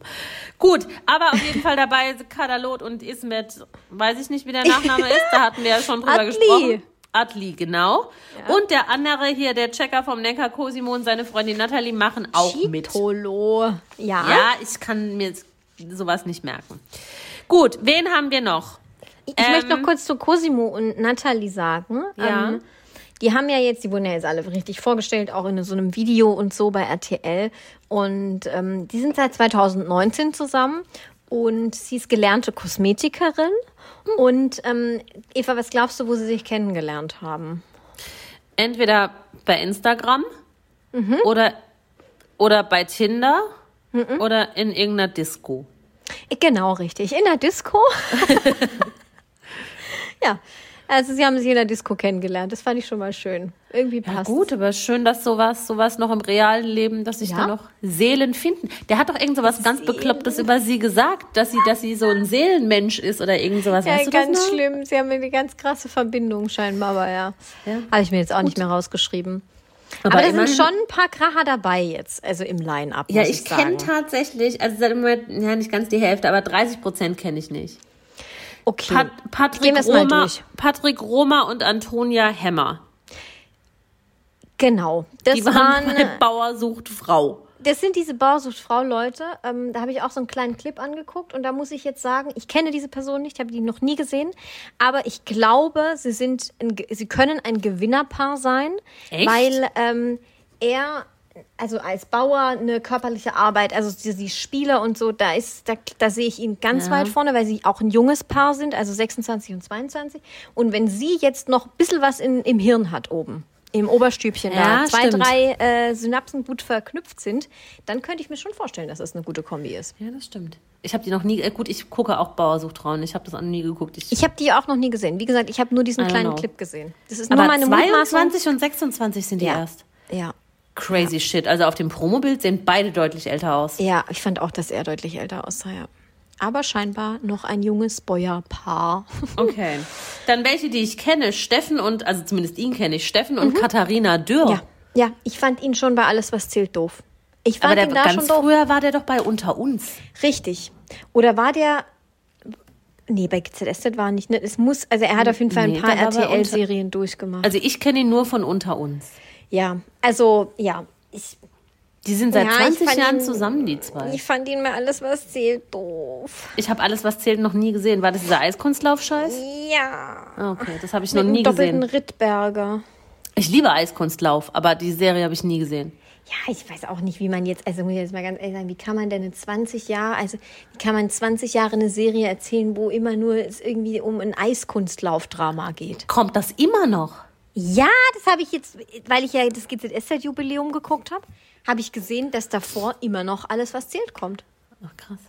S3: Gut, aber auf jeden Fall dabei sind Kadalot und Ismet, weiß ich nicht, wie der Nachname ist, da hatten wir ja schon drüber
S2: Atli.
S3: gesprochen. Atli, genau. Und der andere hier, der Checker vom Neckar Cosimo und seine Freundin Natalie machen auch mit.
S2: Chitolo. Ja.
S3: Ja, ich kann mir sowas nicht merken. Gut, wen haben wir noch?
S2: Ich möchte noch kurz zu Cosimo und Natalie sagen.
S3: Ja.
S2: Ähm, die haben ja jetzt, die wurden ja jetzt alle richtig vorgestellt, auch in so einem Video und so bei RTL. Und ähm, die sind seit 2019 zusammen und sie ist gelernte Kosmetikerin. Und ähm, Eva, was glaubst du, wo sie sich kennengelernt haben?
S3: Entweder bei Instagram oder, oder bei Tinder oder in irgendeiner Disco.
S2: Genau, richtig. In der Disco. ja. Also sie haben sich in der Disco kennengelernt. Das fand ich schon mal schön. Irgendwie
S3: Ja,
S2: passt.
S3: gut, aber schön, dass sowas, sowas noch im realen Leben, dass sich
S2: Ja.
S3: da noch Seelen finden. Der hat doch irgend sowas ganz Beklopptes über sie gesagt, dass sie, dass sie so ein Seelenmensch ist oder irgend sowas.
S2: Ja,
S3: weißt du
S2: ganz
S3: das noch?
S2: schlimm. Sie haben eine ganz krasse Verbindung scheinbar, aber ja.
S3: Ja.
S2: Habe ich mir jetzt auch nicht mehr rausgeschrieben.
S3: Aber
S2: Aber, da sind
S3: immerhin-
S2: schon ein paar Kracher dabei jetzt, also im Line-Up.
S3: Ja,
S2: muss
S3: ich
S2: sagen.
S3: kenne tatsächlich, also seit im Moment, ja, nicht ganz die Hälfte, aber 30 Prozent kenne ich nicht.
S2: Okay.
S3: Pat
S2: Gehen
S3: Patrick,
S2: wir's mal
S3: Roma,
S2: durch.
S3: Patrick Roma und Antonia Hemmer.
S2: genau. Das
S3: Die waren, bei
S2: waren. äh,
S3: Bauer sucht Frau.
S2: Das sind diese Bausucht-Frau-Leute. Ähm, da habe ich auch so einen kleinen Clip angeguckt und da muss ich jetzt sagen, ich kenne diese Person nicht, habe die noch nie gesehen, aber ich glaube, sie sind, ein, Ge- sie können ein Gewinnerpaar sein,
S3: Echt?
S2: weil ähm, er also als Bauer eine körperliche Arbeit, also die, die Spieler und so, da ist, da, da sehe ich ihn ganz
S3: Ja.
S2: weit vorne, weil sie auch ein junges Paar sind, also 26 und 22. Und wenn sie jetzt noch ein bisschen was in, im Hirn hat oben, im Oberstübchen da,
S3: Ja,
S2: zwei,
S3: stimmt.
S2: drei äh, Synapsen gut verknüpft sind, dann könnte ich mir schon vorstellen, dass das eine gute Kombi ist.
S3: Ja, das stimmt. Ich habe die noch nie, äh, gut, ich gucke auch Bauer sucht Frauen. Ich habe das auch noch nie geguckt. Ich,
S2: Ich habe die auch noch nie gesehen. Wie gesagt, ich habe nur diesen
S3: I don't
S2: kleinen
S3: know.
S2: Clip gesehen. Das ist
S3: aber
S2: nur meine Mutmaßung.
S3: 22 und 26 sind die
S2: Ja.
S3: erst.
S2: Ja.
S3: Crazy shit. Also auf dem Promobild sehen beide deutlich älter aus.
S2: ja, ich fand auch, dass er deutlich älter aussah. Ja. Aber scheinbar noch ein junges Bäuerpaar.
S3: Okay. Dann welche, die ich kenne, Steffen und, also zumindest ihn kenne ich, Steffen und Katharina Dürr.
S2: Mhm. Ja, ja, ich fand ihn schon bei alles, was zählt, doof. Ich fand
S3: Aber der,
S2: ihn da schon
S3: ganz
S2: doof.
S3: früher war der doch bei Unter uns.
S2: Richtig. Oder war der. Nee, bei GZSZ war nicht. Ne? Es muss, also er hat auf jeden Fall ein
S3: Nee,
S2: paar
S3: der war bei
S2: RTL-Serien durchgemacht.
S3: Also ich kenne ihn nur von unter uns.
S2: ja, also ja, ich,
S3: Die sind seit
S2: Ja, ich
S3: 20
S2: fand
S3: Jahren
S2: ihn-
S3: zusammen, die zwei.
S2: ich fand ihn mal alles was zählt doof.
S3: Ich habe alles, was zählt, noch nie gesehen. War das dieser Eiskunstlauf-Scheiß?
S2: Ja.
S3: Ah, Okay, das habe ich noch
S2: Mit
S3: nie
S2: einem doppelten
S3: gesehen.
S2: Rittberger.
S3: Ich liebe Eiskunstlauf, aber die Serie habe ich nie gesehen.
S2: Ja, ich weiß auch nicht, wie man jetzt, also muss ich jetzt mal ganz ehrlich sagen, wie kann man denn in 20 Jahren, also wie kann man 20 Jahre eine Serie erzählen, wo immer nur es irgendwie um ein Eiskunstlaufdrama geht?
S3: Kommt das immer noch?
S2: Ja, das habe ich jetzt, weil ich ja das GZSZ-Jubiläum geguckt habe, habe ich gesehen, dass davor immer noch alles, was zählt, kommt.
S3: Ach, krass.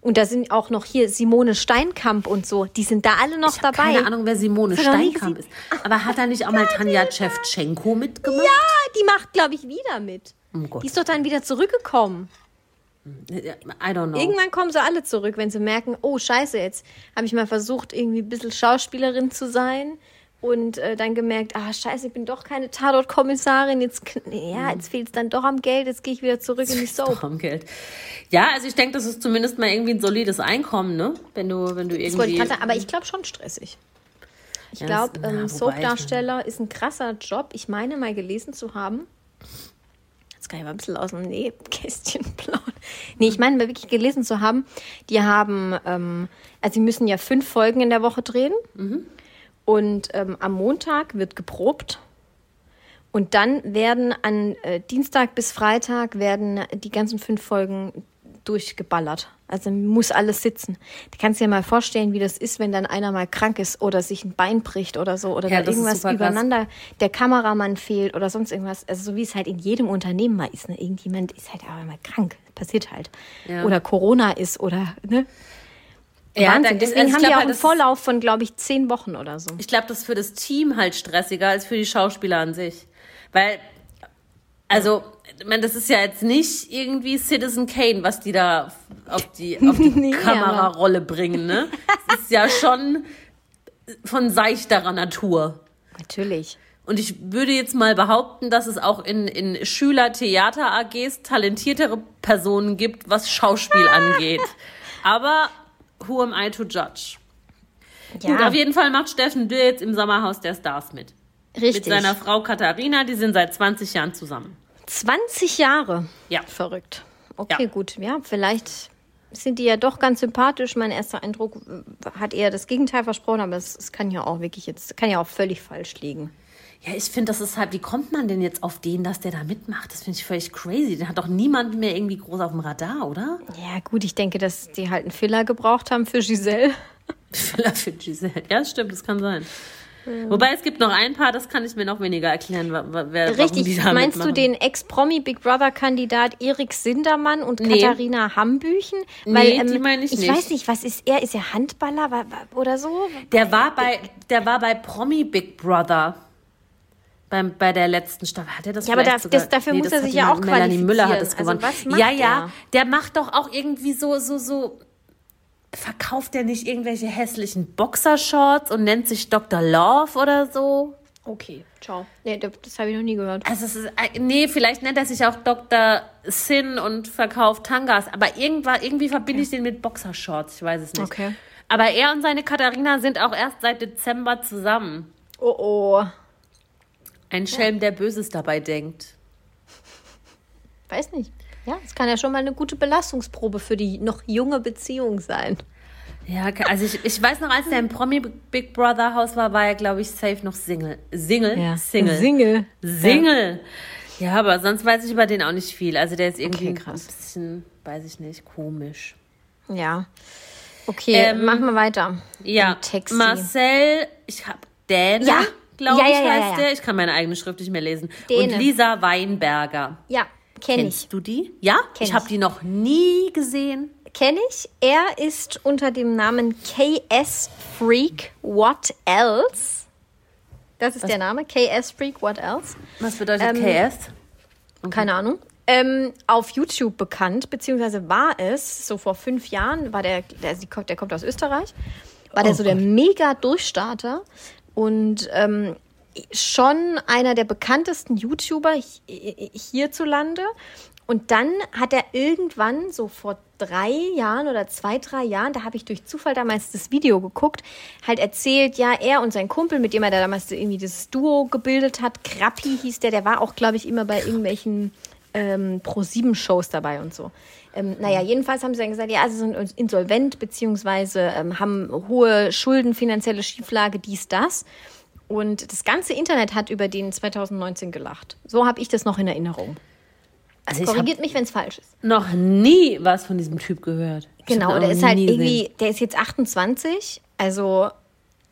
S2: Und da sind auch noch hier Simone Steinkamp und so, die sind da alle noch
S3: Ich habe
S2: dabei.
S3: keine Ahnung, wer Simone
S2: Das hab ich noch nie
S3: Steinkamp ist.
S2: gesehen. Ah,
S3: Aber hat da nicht auch mal Tanja Tschewtschenko mitgemacht?
S2: Ja, die macht, glaube ich, wieder mit.
S3: Oh Gott.
S2: Die ist doch dann wieder zurückgekommen.
S3: I don't know.
S2: Irgendwann kommen sie alle zurück, wenn sie merken, oh scheiße, jetzt habe ich mal versucht, irgendwie ein bisschen Schauspielerin zu sein und äh, dann gemerkt, ah scheiße, ich bin doch keine Tatortkommissarin, jetzt, kn- ja, jetzt fehlt es dann doch am Geld, jetzt gehe ich wieder zurück in die Soap.
S3: Doch, am Geld. Ja, also ich denke, das ist zumindest mal irgendwie ein solides Einkommen, ne? Wenn du, wenn du
S2: Das wollte ich
S3: irgendwie.
S2: gerade sagen, aber ich glaube schon stressig. Ich
S3: Ja, das-
S2: glaube,
S3: na, wobei
S2: ähm,
S3: ich-
S2: Soapdarsteller ist ein krasser Job. Ich meine mal gelesen zu haben. Jetzt kann ich mal ein bisschen aus dem Nähkästchen plaudern. Nee, ich meine mal wirklich gelesen zu haben, die haben, ähm, also sie müssen ja fünf Folgen in der Woche drehen. Und ähm, am Montag wird geprobt. Und dann werden an äh, Dienstag bis Freitag werden die ganzen fünf Folgen durchgeballert. Also muss alles sitzen. Da kannst du dir mal vorstellen, wie das ist, wenn dann einer mal krank ist oder sich ein Bein bricht oder so oder
S3: Ja,
S2: dann
S3: das ist
S2: irgendwas
S3: super krass.
S2: übereinander, der Kameramann fehlt oder sonst irgendwas. Also so wie es halt in jedem Unternehmen mal ist. Ne? Irgendjemand ist halt aber mal krank. Passiert halt.
S3: Ja.
S2: Oder Corona ist oder ne?
S3: Ja, da-
S2: Wahnsinn.
S3: also
S2: Deswegen
S3: ich
S2: haben
S3: glaub
S2: die auch
S3: halt,
S2: einen
S3: das-
S2: Vorlauf von, glaube ich, zehn Wochen oder so.
S3: Ich glaube, das ist für das Team halt stressiger als für die Schauspieler an sich. Weil, also, ich meine, das ist ja jetzt nicht irgendwie Citizen Kane, was die da auf die, auf die
S2: Nee, aber-
S3: Kamerarolle bringen, ne? Das ist ja schon von seichterer Natur.
S2: Natürlich.
S3: Und ich würde jetzt mal behaupten, dass es auch in, in Schüler-Theater-AGs talentiertere Personen gibt, was Schauspiel angeht. Aber who am I to judge? Gut, auf jeden Fall macht Steffen Dill jetzt im Sommerhaus der Stars mit.
S2: Richtig.
S3: Mit seiner Frau Katharina, die sind seit 20 Jahren zusammen.
S2: 20 Jahre.
S3: Ja.
S2: Verrückt. Okay,
S3: Ja.
S2: gut. Ja, vielleicht sind die ja doch ganz sympathisch. Mein erster Eindruck äh, hat eher das Gegenteil versprochen, aber es, es kann ja auch wirklich jetzt, kann ja auch völlig falsch liegen.
S3: Ja, ich finde, das ist halt, wie kommt man denn jetzt auf den, dass der da mitmacht? Das finde ich völlig crazy. Den hat doch niemand mehr irgendwie groß auf dem Radar, oder?
S2: Ja, gut, ich denke, dass die halt einen Filler gebraucht haben für Giselle.
S3: Vielleicht für Giselle. Ja, stimmt, das kann sein. Wobei es gibt noch ein paar, das kann ich mir noch weniger erklären, wa- wa- wer warum die
S2: Richtig,
S3: da
S2: meinst du
S3: mitmachen.
S2: den Ex-Promi Big Brother-Kandidat Erik Sindermann und
S3: Nee.
S2: Katharina Hambüchen? ähm,
S3: Nee, die meine ich
S2: ich
S3: nicht.
S2: weiß nicht, was ist er? Ist er Handballer wa- wa- oder so?
S3: Der war bei, der war bei Promi Big Brother. Beim, bei der letzten Staffel hat er das
S2: Ja, aber
S3: vielleicht
S2: da-
S3: sogar,
S2: das- dafür muss
S3: das
S2: er
S3: hat
S2: sich ja
S3: jemand-
S2: auch
S3: Melanie Müller hat
S2: qualifizieren.
S3: es gewonnen.
S2: Also was macht
S3: ja, ja,
S2: er?
S3: der macht doch auch irgendwie so so so verkauft er nicht irgendwelche hässlichen Boxershorts und nennt sich Dr. Love oder so? Okay.
S2: Ciao. Nee, das, das habe ich noch nie gehört.
S3: Also es ist, äh, nee, vielleicht nennt er sich auch Dr. Sin und verkauft Tangas, aber irgendwann, irgendwie verbinde ich den mit Boxershorts, ich weiß es nicht.
S2: Okay.
S3: Aber er und seine Katharina sind auch erst seit Dezember zusammen.
S2: Oh oh.
S3: Ein Schelm, der Böses dabei denkt.
S2: Weiß nicht. Ja, es kann ja schon mal eine gute Belastungsprobe für die noch junge Beziehung sein.
S3: Ja, ke- also ich, ich weiß noch, als der im Promi Big Brother Haus war, war er, glaube ich, safe noch Single. Single? Single.
S2: Single.
S3: Single. Ja. aber sonst weiß ich über den auch nicht viel. Also der ist irgendwie
S2: Okay,
S3: krass.
S2: krass.
S3: ein bisschen, weiß ich nicht, komisch.
S2: Ja. Okay,
S3: Ähm,
S2: machen wir weiter.
S3: Ja,
S2: Im Taxi.
S3: Marcel, ich habe Däne,
S2: Ja.
S3: glaube
S2: Ja,
S3: ich,
S2: ja, ja,
S3: heißt
S2: ja, ja.
S3: der. Ich kann meine eigene Schrift nicht mehr lesen.
S2: Däne.
S3: Und Lisa Weinberger.
S2: Ja, kenne ich.
S3: Kennst du die? Ja?
S2: Kenn
S3: ich habe
S2: ich.
S3: die noch nie gesehen.
S2: Kenne ich. Er ist unter dem Namen KS Freak What Else. Das ist der Name. KS Freak What Else.
S3: Was bedeutet
S2: Ähm,
S3: KS?
S2: Keine Ahnung. Ähm, auf YouTube bekannt, beziehungsweise war es, so vor fünf Jahren, war der, der, sie kommt- der kommt aus Österreich, war der so der mega Durchstarter und ähm, schon einer der bekanntesten YouTuber hi- hierzulande Und dann hat er irgendwann, so vor drei Jahren oder zwei, drei Jahren, da habe ich durch Zufall damals das Video geguckt, halt erzählt, ja, er und sein Kumpel, mit dem er da damals irgendwie dieses Duo gebildet hat, Krappi hieß der, der war auch, glaube ich, immer bei irgendwelchen ähm, Pro-7-Shows dabei und so. Ähm, naja, jedenfalls haben sie dann gesagt, ja, sie sind uns insolvent, beziehungsweise ähm, haben hohe Schulden, finanzielle Schieflage, dies, das. Und das ganze Internet hat über den 2019 gelacht. So habe ich das noch in Erinnerung.
S3: Also ich habe
S2: Korrigiert mich, wenn es falsch ist.
S3: noch nie was von diesem Typ gehört. Ich hab
S2: Genau,
S3: ihn
S2: der
S3: auch
S2: ist halt
S3: nie gesehen.
S2: irgendwie, der ist jetzt 28, also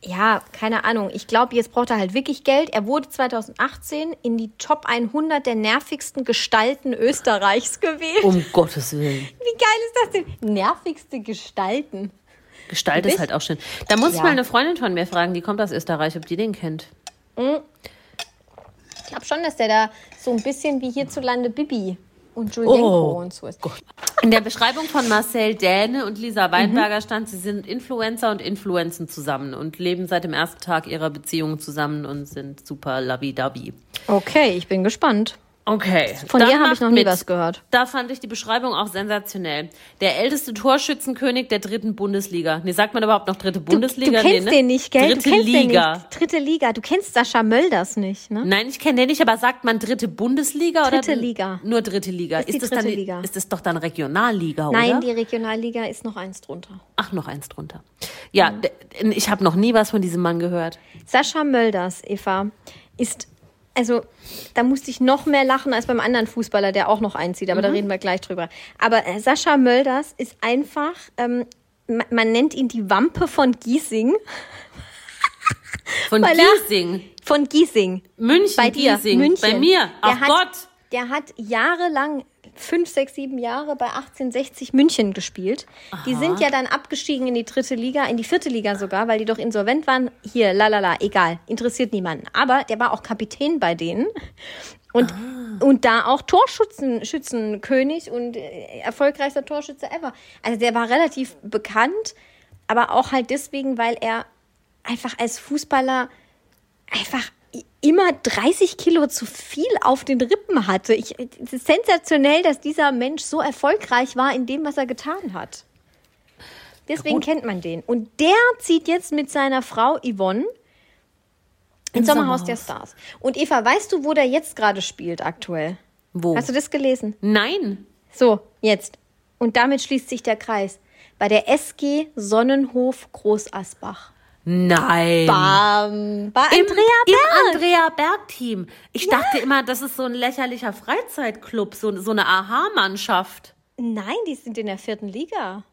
S2: ja, keine Ahnung. Ich glaube, jetzt braucht er halt wirklich Geld. Er wurde 2018 in die Top 100 der nervigsten Gestalten Österreichs gewählt.
S3: Um Gottes Willen.
S2: Wie geil ist das denn? Nervigste Gestalten.
S3: Gestalt ist
S2: Bist-
S3: halt auch schön. Da muss ich
S2: Ja.
S3: mal eine Freundin von mir fragen, die kommt aus Österreich, ob die den kennt.
S2: Ich glaube schon, dass der da so ein bisschen wie hierzulande Bibi und Julienko
S3: Oh
S2: und so ist.
S3: In der Beschreibung von Marcel Däne und Lisa Weinberger stand, sie sind Influencer und Influenzen zusammen und leben seit dem ersten Tag ihrer Beziehung zusammen und sind super labi-dabi.
S2: Okay, ich bin gespannt.
S3: Okay.
S2: Von
S3: dann
S2: ihr habe ich
S3: macht
S2: noch nie
S3: mit.
S2: was gehört.
S3: Da fand ich die Beschreibung auch sensationell. Der älteste Torschützenkönig der dritten Bundesliga. Nee, sagt man überhaupt noch dritte Bundesliga?
S2: du kennst
S3: nee, ne?
S2: den nicht, gell?
S3: Dritte
S2: du kennst
S3: Liga.
S2: Den nicht. Dritte Liga. Du kennst Sascha Mölders nicht, ne?
S3: Nein, ich kenne den nicht, aber sagt man dritte Bundesliga oder?
S2: Dritte Liga.
S3: Nur dritte Liga.
S2: Ist die
S3: das
S2: dritte
S3: dann,
S2: Liga.
S3: Ist das doch dann Regionalliga,
S2: Nein,
S3: oder?
S2: die Regionalliga ist noch eins drunter.
S3: Ach, noch eins drunter. Ja,
S2: Mhm.
S3: d- ich habe noch nie was von diesem Mann gehört.
S2: Sascha Mölders, Eva, ist, also da musste ich noch mehr lachen als beim anderen Fußballer, der auch noch einzieht, aber da reden wir gleich drüber. Aber äh, Sascha Mölders ist einfach, ähm, ma- man nennt ihn die Wampe von Giesing.
S3: Von
S2: Weil er-
S3: Giesing.
S2: Von Giesing.
S3: München,
S2: Bei dir,
S3: Giesing.
S2: München.
S3: Bei mir. Ach
S2: Der hat-
S3: Gott.
S2: Der hat jahrelang, fünf, sechs, sieben Jahre bei 1860 München gespielt. Die sind ja dann abgestiegen in die dritte Liga, in die vierte Liga sogar, weil die doch insolvent waren. Hier, lalala, egal, interessiert niemanden. Aber der war auch Kapitän bei denen. Und,
S3: Ah.
S2: und da auch Torschützenkönig Schützenkönig und äh, erfolgreichster Torschütze ever. Also der war relativ bekannt, aber auch halt deswegen, weil er einfach als Fußballer einfach i- immer 30 Kilo zu viel auf den Rippen hatte. Ich, es ist sensationell, dass dieser Mensch so erfolgreich war in dem, was er getan hat. Deswegen kennt man den. Und der zieht jetzt mit seiner Frau Yvonne ins Sommerhaus der Stars. Und Eva, weißt du, wo der jetzt gerade spielt aktuell?
S3: Wo?
S2: Hast du das gelesen?
S3: Nein.
S2: So, jetzt. Und damit schließt sich der Kreis. Bei der SG Sonnenhof Großasbach.
S3: Nein.
S2: Bam! Bei Andrea
S3: Im,
S2: Berg.
S3: Im Andrea Berg-Team. Ich dachte immer, das ist so ein lächerlicher Freizeitclub, so, so eine Aha-Mannschaft.
S2: Nein, die sind in der vierten Liga.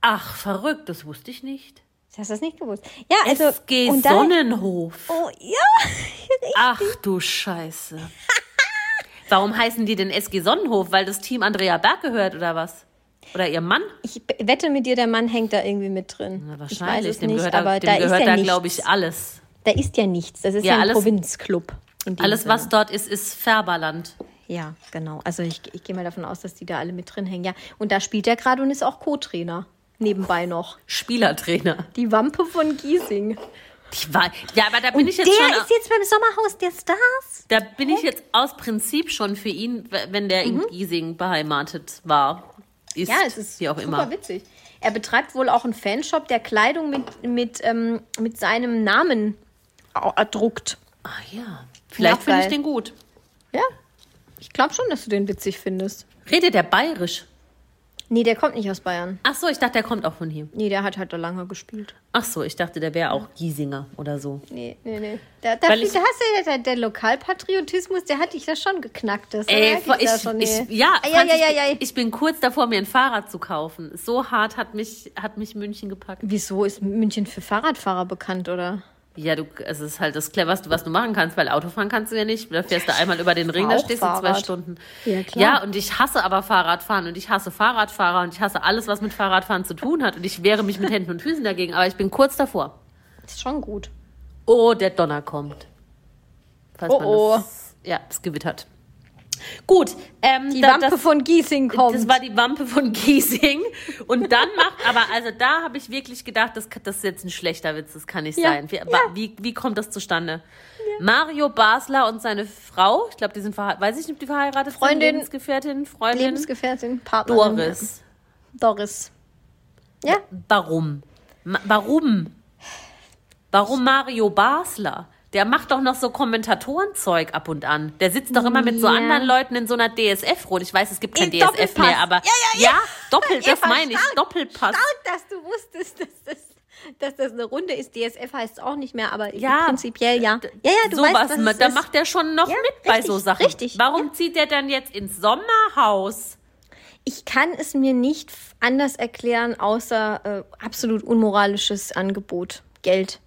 S3: Ach, verrückt, das wusste ich nicht.
S2: Du hast das nicht gewusst. Ja, also.
S3: SG
S2: und da-
S3: Sonnenhof.
S2: Oh, ja.
S3: Ach du Scheiße. Warum heißen die denn SG Sonnenhof? Weil das Team Andrea Berg gehört oder was? Oder ihr Mann?
S2: Ich be- wette mit dir, der Mann hängt da irgendwie mit drin.
S3: Na,
S2: ich weiß
S3: wahrscheinlich.
S2: es
S3: Dem
S2: nicht,
S3: gehört da,
S2: aber
S3: dem
S2: da ist
S3: gehört
S2: ja
S3: da,
S2: nichts.
S3: glaube ich, alles.
S2: da ist ja nichts. Das ist
S3: Ja,
S2: ja, ein
S3: alles-
S2: Provinzclub. in dem
S3: Alles,
S2: Sinne.
S3: was dort ist, ist Färberland.
S2: Ja, genau. Also ich, ich gehe mal davon aus, dass die da alle mit drin hängen. Ja, und da spielt er gerade und ist auch Co-Trainer. Nebenbei noch.
S3: Spielertrainer.
S2: Die Wampe von Giesing.
S3: Ich war, ja, aber da bin ich
S2: Der
S3: jetzt schon.
S2: ist jetzt beim Sommerhaus der Stars.
S3: Da bin ich jetzt aus Prinzip schon für ihn, w- wenn der in Giesing beheimatet war. Ist,
S2: Mhm. Ja, es ist
S3: wie auch
S2: super
S3: immer.
S2: witzig. Er betreibt wohl auch einen Fanshop, der Kleidung mit, mit, ähm, mit seinem Namen au- äh, druckt.
S3: Ah ja. Vielleicht
S2: Ja,
S3: finde ich
S2: geil.
S3: den gut.
S2: Ja. Ich glaube schon, dass du den witzig findest.
S3: Redet der bayerisch?
S2: Nee, der kommt nicht aus Bayern.
S3: Ach so, ich dachte, der kommt auch von hier.
S2: Nee, der hat halt da lange gespielt.
S3: Ach so, ich dachte, der wäre auch Giesinger oder so.
S2: Nee, nee, nee. Da, da, da
S3: Weil ich-
S2: hast du ja der, der Lokalpatriotismus, der hat dich da schon geknackt. Das
S3: Ey,
S2: merk ich, da
S3: ich,
S2: schon,
S3: ich,
S2: nee.
S3: ja,
S2: Ah, ja,
S3: Franz,
S2: ja, ja,
S3: ich,
S2: ja.
S3: bin- ich bin kurz davor, mir ein Fahrrad zu kaufen. So hart hat mich, hat mich München gepackt.
S2: Wieso ist München für Fahrradfahrer bekannt, oder?
S3: Ja, du, es ist halt das cleverste, was du machen kannst, weil Autofahren kannst du ja nicht. Da fährst du einmal über den Ring, da
S2: Auch
S3: stehst du zwei
S2: Fahrrad.
S3: Stunden.
S2: Ja, klar.
S3: Ja, und ich hasse aber Fahrradfahren und ich hasse Fahrradfahrer und ich hasse alles, was mit Fahrradfahren zu tun hat. Und ich wehre mich mit Händen und Füßen dagegen, aber ich bin kurz davor.
S2: Ist schon gut.
S3: Oh, der Donner kommt. Falls
S2: Oh,
S3: man Das, ja, es gewittert. Gut, ähm,
S2: Die
S3: da-
S2: Wampe
S3: das,
S2: von Giesing kommt.
S3: das war die Wampe von Giesing. Und dann macht, aber also da habe ich wirklich gedacht, das, das ist jetzt ein schlechter Witz, das kann nicht
S2: Ja,
S3: sein. Wie,
S2: ja.
S3: wie, wie kommt das zustande? Mario Basler und seine Frau, ich glaube, die sind verheiratet, weiß ich nicht, ob die verheiratet
S2: Freundin.
S3: sind, Lebensgefährtin, Freundin,
S2: Lebensgefährtin, Partnerin.
S3: Doris.
S2: Doris. Ja,
S3: Warum? Ma warum? Warum Mario Basler? Der macht doch noch so Kommentatorenzeug ab und an. Der sitzt doch immer mit so
S2: Ja.
S3: anderen Leuten in so einer DSF-Rot. Ich weiß, es gibt kein
S2: In
S3: DSF
S2: Doppelpass.
S3: mehr, aber
S2: Ja, ja, ja.
S3: doppelt, das
S2: Eva,
S3: meine ich,
S2: stark,
S3: Doppelpass.
S2: Laut, dass du wusstest, dass das, dass das eine Runde ist. DSF heißt es auch nicht mehr, aber
S3: Ja.
S2: prinzipiell ja. Ja, ja, du
S3: sowas,
S2: weißt, was es
S3: da
S2: ist.
S3: macht der schon noch
S2: Ja,
S3: mit bei
S2: richtig,
S3: so Sachen.
S2: richtig,
S3: Warum zieht der dann jetzt ins Sommerhaus?
S2: Ich kann es mir nicht f- anders erklären, außer äh, absolut unmoralisches Angebot. Geld.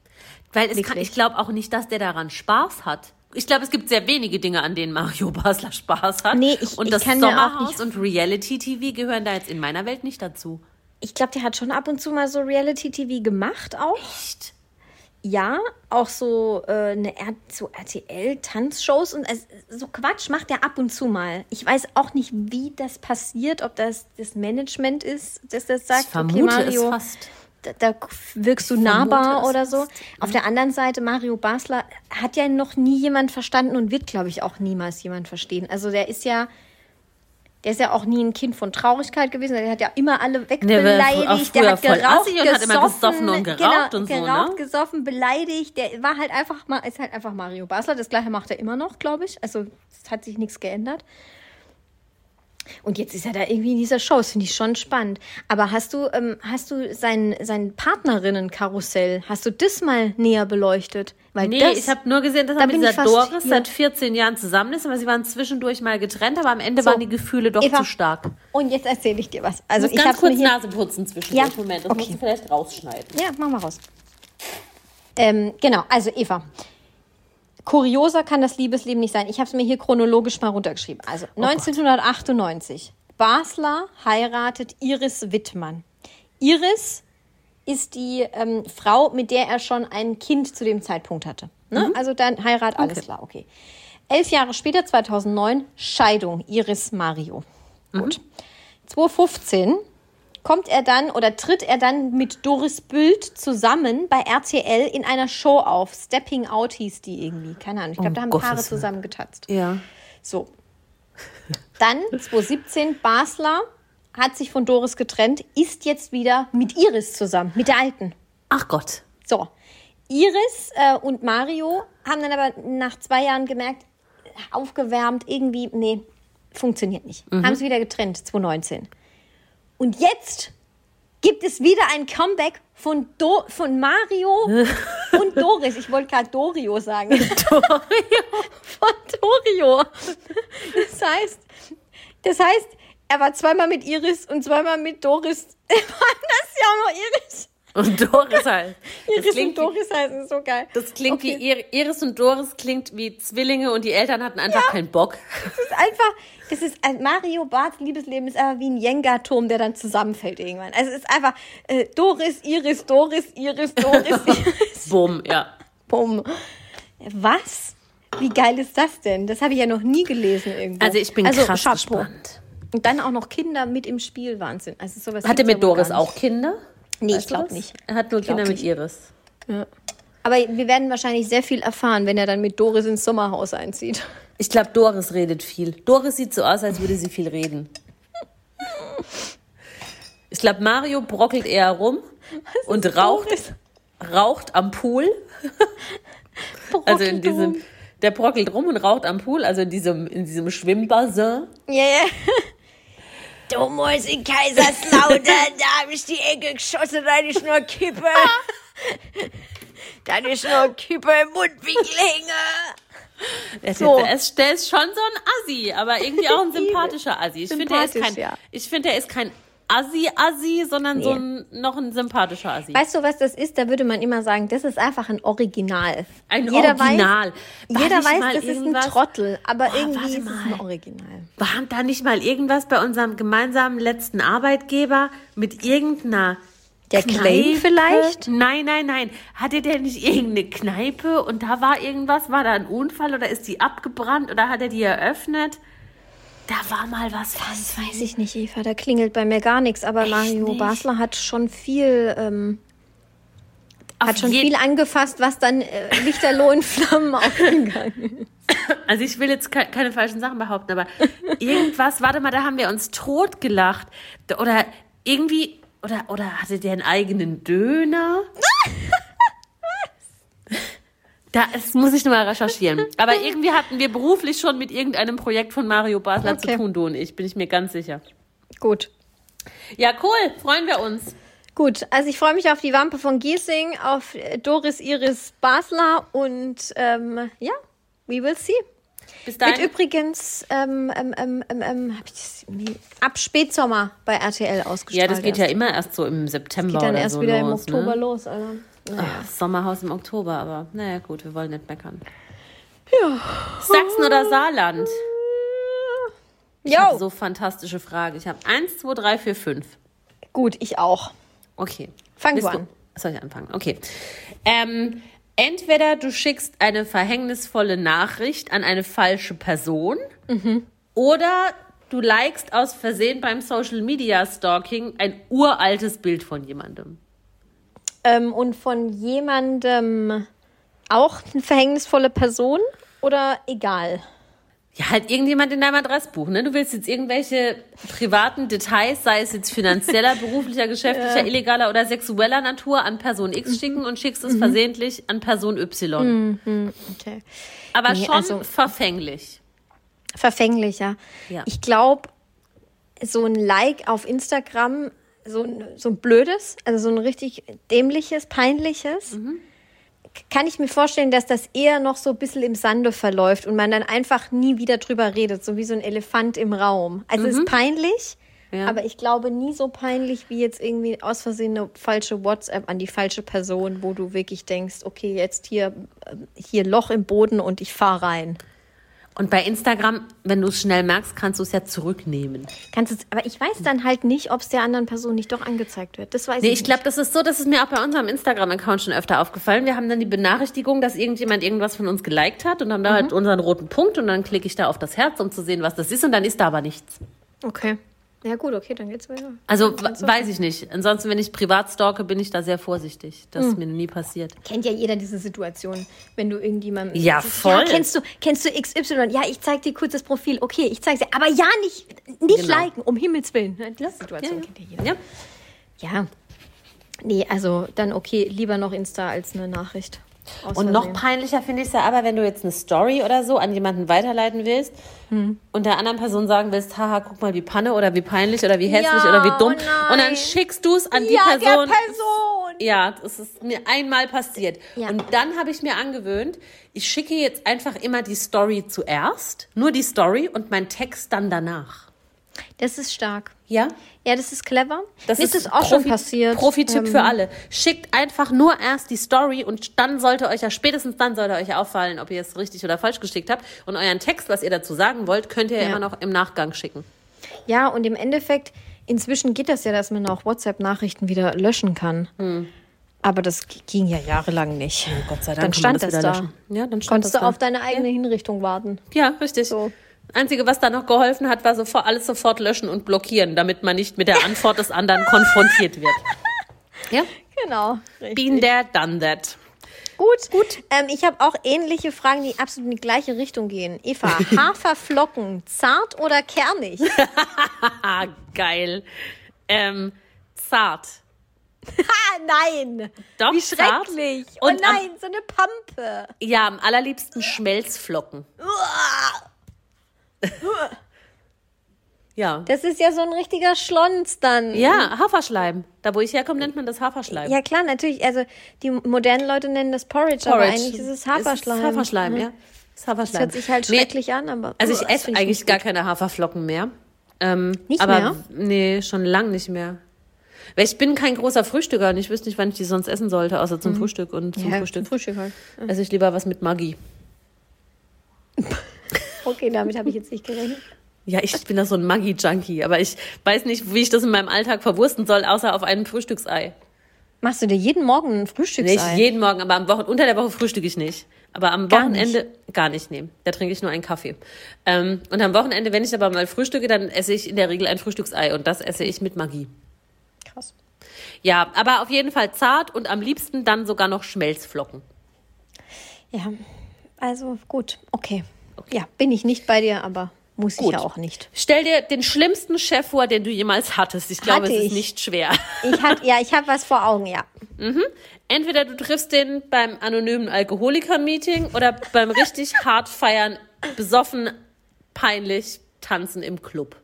S3: Weil es kann,
S2: Wirklich.
S3: ich glaube auch nicht, dass der daran Spaß hat. Ich glaube, es gibt sehr wenige Dinge, an denen Mario Basler Spaß hat.
S2: Nee, ich-
S3: und
S2: ich
S3: das
S2: kann mir auch
S3: Sommerhaus
S2: nicht-
S3: und Reality-TV gehören da jetzt in meiner Welt nicht dazu.
S2: Ich glaube, der hat schon ab und zu mal so Reality-TV gemacht auch.
S3: Echt?
S2: Ja, auch so, äh, eine R so RTL-Tanzshows und also, so Quatsch macht er ab und zu mal. Ich weiß auch nicht, wie das passiert, ob das das Management ist, dass das sagt,
S3: Ich vermute
S2: okay, Mario,
S3: es fast.
S2: da, da wirkst du
S3: vermute
S2: nahbar
S3: es
S2: oder so. Auf der anderen Seite, Mario Basler hat ja noch nie jemand verstanden und wird, glaube ich, auch niemals jemand verstehen. Also der ist ja, der ist ja auch nie ein Kind von Traurigkeit gewesen. Der hat ja immer alle
S3: Der war fr- auch
S2: wegbeleidigt. Der
S3: früher
S2: hat
S3: voll
S2: geraucht,
S3: assig und hat immer gesoffen und geraucht
S2: genau,
S3: und so,
S2: geraucht,
S3: ne?
S2: gesoffen, beleidigt. Der war halt einfach mal, ist halt einfach Mario Basler. Das gleiche macht er immer noch, glaube ich. Also es hat sich nichts geändert. Und jetzt ist er da irgendwie in dieser Show. Das finde ich schon spannend. Aber hast du, ähm, hast du sein, sein Partnerinnenkarussell, hast du das mal näher beleuchtet? Weil
S3: Nee,
S2: das,
S3: ich habe nur gesehen, dass
S2: da
S3: er mit
S2: bin ich
S3: dieser
S2: fast-
S3: Doris
S2: ja.
S3: seit 14 Jahren zusammen ist, aber sie waren zwischendurch mal getrennt, aber am Ende
S2: So.
S3: waren die Gefühle doch
S2: Eva,
S3: zu stark.
S2: Und jetzt erzähle ich dir was. Also
S3: muss
S2: ich
S3: ganz
S2: habe mir
S3: kurz
S2: hier,
S3: Nase putzen zwischendurch.
S2: Ja,
S3: Moment, das musst
S2: okay.
S3: du vielleicht rausschneiden.
S2: Ja, machen wir raus. Ähm, genau, also Eva. Kurioser kann das Liebesleben nicht sein. Ich habe es mir hier chronologisch mal runtergeschrieben. Also
S3: Oh
S2: 1998. Basler heiratet Iris Wittmann. Iris ist die ähm, Frau, mit der er schon ein Kind zu dem Zeitpunkt hatte. Ne?
S3: Mhm.
S2: Also dann Heirat, alles klar, okay. Elf Jahre später, 2009, Scheidung Iris Mario.
S3: Mhm.
S2: Gut. 2015 kommt er dann oder tritt er dann mit Doris Bild zusammen bei RTL in einer Show auf. Stepping Out hieß die irgendwie. Keine Ahnung. Ich glaube,
S3: Um
S2: da haben
S3: Gottes
S2: Paare
S3: Willen.
S2: zusammen getanzt.
S3: Ja.
S2: So. Dann 2017, Basler hat sich von Doris getrennt, ist jetzt wieder mit Iris zusammen, mit der Alten.
S3: Ach Gott.
S2: So. Iris äh, und Mario haben dann aber nach zwei Jahren gemerkt, aufgewärmt, irgendwie, nee, funktioniert nicht. Haben sie wieder getrennt, 2019. Und jetzt gibt es wieder ein Comeback von, Do von Mario und Doris. Ich wollte gerade Dorio sagen. von Dorio. Das heißt, das heißt, er war zweimal mit Iris und zweimal mit Doris. Er war das ja auch noch Iris.
S3: Und Doris halt. Das
S2: Iris und
S3: klingt,
S2: Doris heißen so geil.
S3: das klingt
S2: okay,
S3: wie Ir- Iris und Doris klingt wie Zwillinge und die Eltern hatten einfach keinen Bock.
S2: Das ist einfach, das ist ein Mario Barts Liebesleben ist einfach wie ein Jenga-Turm, der dann zusammenfällt irgendwann. Also es ist einfach äh, Doris, Iris, Doris, Iris, Doris, Iris.
S3: Bumm, ja.
S2: Bumm. Was? Wie geil ist das denn? Das habe ich ja noch nie gelesen irgendwo.
S3: Also ich bin
S2: also,
S3: krass
S2: Chapeau.
S3: gespannt.
S2: Und dann auch noch Kinder mit im Spiel, Wahnsinn. Also sowas
S3: Hat er
S2: gibt's
S3: mit
S2: ja wohl
S3: Doris
S2: gar nicht.
S3: auch Kinder?
S2: Nee,
S3: Weißt
S2: ich
S3: du
S2: glaub
S3: das?
S2: nicht.
S3: Er hat nur
S2: Ich glaub
S3: Kinder mit
S2: nicht.
S3: Iris.
S2: Aber wir werden wahrscheinlich sehr viel erfahren, wenn er dann mit Doris ins Sommerhaus einzieht.
S3: Ich glaube, Doris redet viel. Doris sieht so aus, als würde sie viel reden. Ich glaube, Mario brockelt eher rum und raucht,
S2: Doris?
S3: raucht am Pool. Also in diesem, der brockelt rum und raucht am Pool, also in diesem, in diesem Schwimmbassin.
S2: Ja, ja. Domos in Kaiserslautern, da habe ich die Ecke geschossen, da ist nur Kippe. Da ist nur Kippe im Mundwinkel hängen.
S3: Der, ist
S2: So.
S3: jetzt- der, ist, der ist schon so ein Assi, aber irgendwie auch ein sympathischer Assi. Ich finde, er ist kein,
S2: Sympathisch, ja.
S3: ich finde, er ist kein Assi-Assi, sondern so
S2: Nee.
S3: ein, noch ein sympathischer Assi.
S2: Weißt du, was das ist? Da würde man immer sagen, das ist einfach ein Original.
S3: Ein
S2: Jeder
S3: Original.
S2: Weiß,
S3: War
S2: jeder
S3: nicht
S2: weiß,
S3: mal
S2: das ist ein
S3: irgendwas-
S2: Trottel, aber
S3: Boah,
S2: irgendwie
S3: warte
S2: ist es ein
S3: mal.
S2: Original.
S3: War da nicht mal irgendwas bei unserem gemeinsamen letzten Arbeitgeber mit irgendeiner
S2: Der Claim vielleicht?
S3: Nein, nein, nein. Hatte der nicht irgendeine Kneipe und da war irgendwas? War da ein Unfall oder ist die abgebrannt oder hat er die eröffnet? Da war mal was.
S2: Das weiß ich nicht, Eva. Da klingelt bei mir gar nichts. Aber Mario
S3: nicht?
S2: Basler hat schon viel, ähm,
S3: Auf
S2: hat schon
S3: jeden-
S2: viel angefasst, was dann äh, lichterloh in Flammen aufgegangen ist.
S3: Also ich will jetzt ke keine falschen Sachen behaupten, aber irgendwas, warte mal, da haben wir uns tot gelacht. Da- Oder irgendwie, oder, oder hatte der einen eigenen Döner? Da, das muss ich nochmal recherchieren. Aber irgendwie hatten wir beruflich schon mit irgendeinem Projekt von Mario Basler zu
S2: Okay.
S3: tun, du und ich, bin ich mir ganz sicher.
S2: Gut.
S3: Ja, cool, freuen wir uns.
S2: Gut, also ich freue mich auf die Wampe von Giesing, auf äh, Doris Iris Basler und ähm, ja, we will see.
S3: Bis dahin.
S2: Mit übrigens ähm, ähm, ähm, ähm, ähm, hab ich das, nee, ab Spätsommer bei RTL
S3: ja,
S2: ausgestrahlt.
S3: das geht ja immer erst so im September
S2: Geht dann
S3: oder
S2: erst
S3: so
S2: wieder im
S3: los,
S2: Oktober
S3: Ne?
S2: los. Also.
S3: Ach, Sommerhaus im Oktober, aber naja, gut, wir wollen nicht meckern. Ja. Sachsen oder Saarland? Ich
S2: Jo,
S3: habe so fantastische Fragen. Ich habe eins, zwei, drei, vier, fünf.
S2: gut, ich auch.
S3: Okay.
S2: Fang
S3: Willst
S2: du an.
S3: Soll ich anfangen? Okay. Ähm, entweder du schickst eine verhängnisvolle Nachricht an eine falsche Person
S2: Mhm.
S3: oder du likest aus Versehen beim Social Media Stalking ein uraltes Bild von jemandem.
S2: Ähm, und von jemandem auch eine verhängnisvolle Person oder egal?
S3: Ja, halt irgendjemand in deinem Adressbuch, ne? Du willst jetzt irgendwelche privaten Details, sei es jetzt finanzieller, beruflicher, geschäftlicher, illegaler oder sexueller Natur an Person
S2: Mhm.
S3: X schicken und schickst es versehentlich an Person Y.
S2: Okay.
S3: Aber
S2: Mhm. Nee,
S3: schon
S2: also-
S3: verfänglich.
S2: Verfänglicher.
S3: Ja.
S2: Ich glaube, so ein Like auf Instagram, so ein, so ein blödes, also so ein richtig dämliches, peinliches,
S3: Mhm.
S2: k- kann ich mir vorstellen, dass das eher noch so ein bisschen im Sande verläuft und man dann einfach nie wieder drüber redet, so wie so ein Elefant im Raum. Also es ist peinlich,
S3: Mhm. Ja.
S2: aber ich glaube nie so peinlich wie jetzt irgendwie aus Versehen eine falsche WhatsApp an die falsche Person, wo du wirklich denkst, okay, jetzt hier, äh, hier Loch im Boden und ich fahre rein.
S3: Und bei Instagram, wenn du es schnell merkst, kannst du es ja zurücknehmen.
S2: Kannst es, aber ich weiß dann halt nicht, ob es der anderen Person nicht doch angezeigt wird. Das weiß
S3: Nee,
S2: ich,
S3: ich glaube, das ist so, das ist mir auch bei unserem Instagram-Account schon öfter aufgefallen. Wir haben dann die Benachrichtigung, dass irgendjemand irgendwas von uns geliked hat und haben da
S2: Mhm.
S3: halt unseren roten Punkt und dann klicke ich da auf das Herz, um zu sehen, was das ist und dann ist da aber nichts.
S2: nicht. Okay. Ja gut, okay, dann geht's weiter.
S3: Also we- weiß ich nicht. Ansonsten, wenn ich privat stalke, bin ich da sehr vorsichtig. Das
S2: Hm.
S3: ist mir noch nie passiert.
S2: Kennt ja jeder diese Situation, wenn du irgendjemandem
S3: Ja,
S2: sagst,
S3: voll.
S2: Ja, kennst du, kennst du XY? Ja, ich zeig dir kurz das Profil. Okay, ich zeig's dir. Aber ja, nicht, nicht
S3: Genau.
S2: liken, um Himmels Willen. Die Situation
S3: ja.
S2: kennt ja jeder.
S3: Ja.
S2: Ja. Nee, also dann okay, lieber noch Insta als eine Nachricht. Aus
S3: Und noch
S2: Versehen.
S3: peinlicher finde ich es ja aber, wenn du jetzt eine Story oder so an jemanden weiterleiten willst
S2: Hm.
S3: und der anderen Person sagen willst, haha, guck mal, wie Panne oder wie peinlich oder wie hässlich
S2: Ja,
S3: oder wie dumm.
S2: oh nein.
S3: und dann schickst du es an die
S2: Ja, der
S3: Person.
S2: Person.
S3: Ja, das ist mir einmal passiert.
S2: Ja.
S3: Und dann habe ich mir angewöhnt, ich schicke jetzt einfach immer die Story zuerst, nur die Story und mein Text dann danach.
S2: Das ist stark.
S3: Ja?
S2: Ja, das ist clever.
S3: Das
S2: Mir
S3: ist,
S2: das auch schon
S3: Profi-
S2: passiert.
S3: Profi-Tipp
S2: Ähm,
S3: für alle. Schickt einfach nur erst die Story und dann sollte euch ja, spätestens dann sollte euch ja auffallen, ob ihr es richtig oder falsch geschickt habt. Und euren Text, was ihr dazu sagen wollt, könnt ihr ja.
S2: Ja.
S3: immer noch im Nachgang schicken.
S2: Ja, und im Endeffekt, inzwischen geht das ja, dass man auch WhatsApp-Nachrichten wieder löschen kann. Aber das g- ging ja jahrelang nicht.
S3: Hm. Gott sei
S2: Dann stand das da.
S3: Ja, dann stand
S2: Konntest
S3: das
S2: du
S3: da.
S2: auf deine eigene Hinrichtung warten.
S3: ja, richtig.
S2: So.
S3: Einzige, was da noch geholfen hat, war sofort, alles sofort löschen und blockieren, damit man nicht mit der Antwort des anderen konfrontiert wird. Ja?
S2: Genau. Richtig.
S3: Been there, done that.
S2: Gut. Gut. Ähm, ich habe auch ähnliche Fragen, die absolut in die gleiche Richtung gehen. Eva, Haferflocken, zart oder kernig?
S3: Ah, geil. Ähm, zart.
S2: ah, nein.
S3: Doch,
S2: Wie
S3: zart.
S2: schrecklich.
S3: Und
S2: oh
S3: am-
S2: nein, so eine Pampe.
S3: Ja, am allerliebsten Schmelzflocken. ja.
S2: Das ist ja so ein richtiger Schlons dann.
S3: Ja, Haferschleim. Da, wo ich herkomme, nennt man das Haferschleim.
S2: Ja klar, natürlich. Also die modernen Leute nennen das Porridge, aber eigentlich ist es Haferschleim. Mhm.
S3: Ist Haferschleim, ja. Ist
S2: Das
S3: Haferschleim.
S2: hört sich halt
S3: Nee,
S2: schrecklich an, aber.
S3: Also
S2: Uah,
S3: ich
S2: das
S3: esse
S2: find ich
S3: eigentlich
S2: nicht
S3: gar
S2: gut.
S3: keine Haferflocken mehr. Ähm,
S2: Nicht
S3: aber
S2: mehr?
S3: Nee, schon lang nicht mehr. Weil ich bin kein großer Frühstücker und ich wüsste nicht, wann ich die sonst essen sollte, außer zum Frühstück und zum
S2: Mhm. Ja,
S3: Frühstück.
S2: zum Frühstück halt.
S3: Esse ich lieber was mit Maggi.
S2: Okay, damit habe ich jetzt nicht gerechnet.
S3: Ja, ich bin da so ein Maggi-Junkie, aber ich weiß nicht, wie ich das in meinem Alltag verwursten soll, außer auf einem Frühstücksei.
S2: Machst du dir jeden Morgen ein Frühstücksei?
S3: Nicht jeden Morgen, aber am Wochen unter der Woche frühstücke ich nicht. Aber am
S2: Gar
S3: Wochenende gar nicht nehmen. Da trinke ich nur einen Kaffee. Ähm, und am Wochenende, wenn ich aber mal frühstücke, dann esse ich in der Regel ein Frühstücksei und das esse ich mit Magie.
S2: Krass.
S3: Ja, aber auf jeden Fall zart und am liebsten dann sogar noch Schmelzflocken.
S2: Ja, also gut, okay. Ja, bin ich nicht bei dir, aber muss
S3: Gut.
S2: ich ja auch nicht.
S3: Stell dir den schlimmsten Chef vor, den du jemals hattest. Ich glaube,
S2: Hatte
S3: es ist
S2: ich.
S3: nicht schwer.
S2: Ich hab, ja, ich habe was vor Augen, ja.
S3: Entweder du triffst den beim anonymen Alkoholiker-Meeting oder beim richtig hart feiern, besoffen, peinlich tanzen im Club.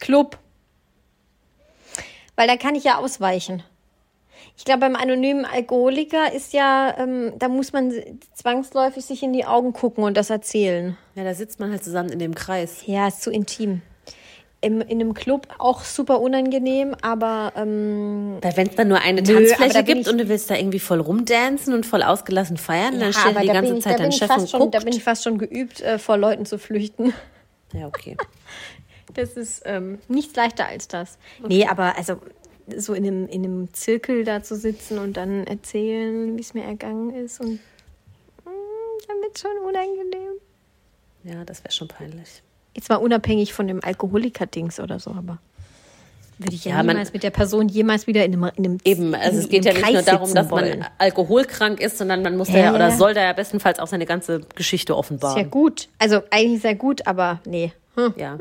S2: Club. Weil da kann ich ja ausweichen. Ich glaube, beim anonymen Alkoholiker ist ja, ähm, da muss man zwangsläufig sich in die Augen gucken und das erzählen.
S3: Ja, da sitzt man halt zusammen in dem Kreis.
S2: Ja, ist zu intim. Im, in einem Club auch super unangenehm, aber ähm,
S3: Wenn es dann nur eine
S2: Nö, aber da
S3: Tanzfläche
S2: bin
S3: gibt
S2: ich-
S3: und du willst da irgendwie voll rumdancen und voll ausgelassen feiern,
S2: ja,
S3: dann steht
S2: aber
S3: da die
S2: da
S3: ganze
S2: bin ich- da
S3: Zeit
S2: bin
S3: dein
S2: ich
S3: Chef
S2: fast
S3: und
S2: schon,
S3: guckt.
S2: Da bin ich fast schon geübt, äh, vor Leuten zu flüchten.
S3: ja, okay.
S2: Das ist ähm, nichts leichter als das. Nee, aber also so in einem, in einem Zirkel da zu sitzen und dann erzählen, wie es mir ergangen ist und mm, dann wird schon unangenehm.
S3: Ja, das wäre schon peinlich.
S2: Jetzt mal unabhängig von dem Alkoholiker-Dings oder so, aber würde ich ja,
S3: Ja, man-
S2: niemals mit der Person jemals wieder in einem, in einem
S3: Eben, also
S2: in,
S3: es geht ja
S2: in einem
S3: nicht
S2: Kreis
S3: nur darum,
S2: sitzen
S3: dass
S2: wollen.
S3: man alkoholkrank ist, sondern man muss da
S2: Ja,
S3: ja, oder
S2: ja.
S3: soll da ja bestenfalls auch seine ganze Geschichte
S2: Ist ja
S3: offenbaren.
S2: gut. Also eigentlich sehr gut, aber nee. Hm.
S3: Ja.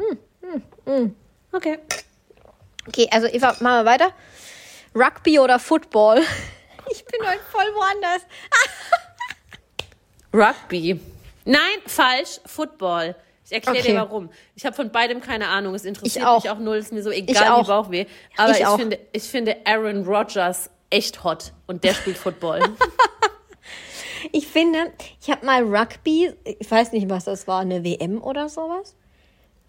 S3: Okay.
S2: Okay, also Eva, machen wir weiter. Rugby oder Football? Ich bin heute voll woanders.
S3: Rugby. Nein, falsch, Football. Ich erkläre
S2: Okay.
S3: dir warum. Ich habe von beidem keine Ahnung. Es interessiert
S2: Ich auch.
S3: mich auch null, ist mir so
S2: Ich
S3: egal
S2: auch.
S3: wie Bauchweh. Aber
S2: Ich
S3: ich,
S2: auch.
S3: finde, ich finde Aaron Rodgers echt hot und der spielt Football.
S2: Ich finde, ich habe mal Rugby, ich weiß nicht, was das war, eine WM oder sowas.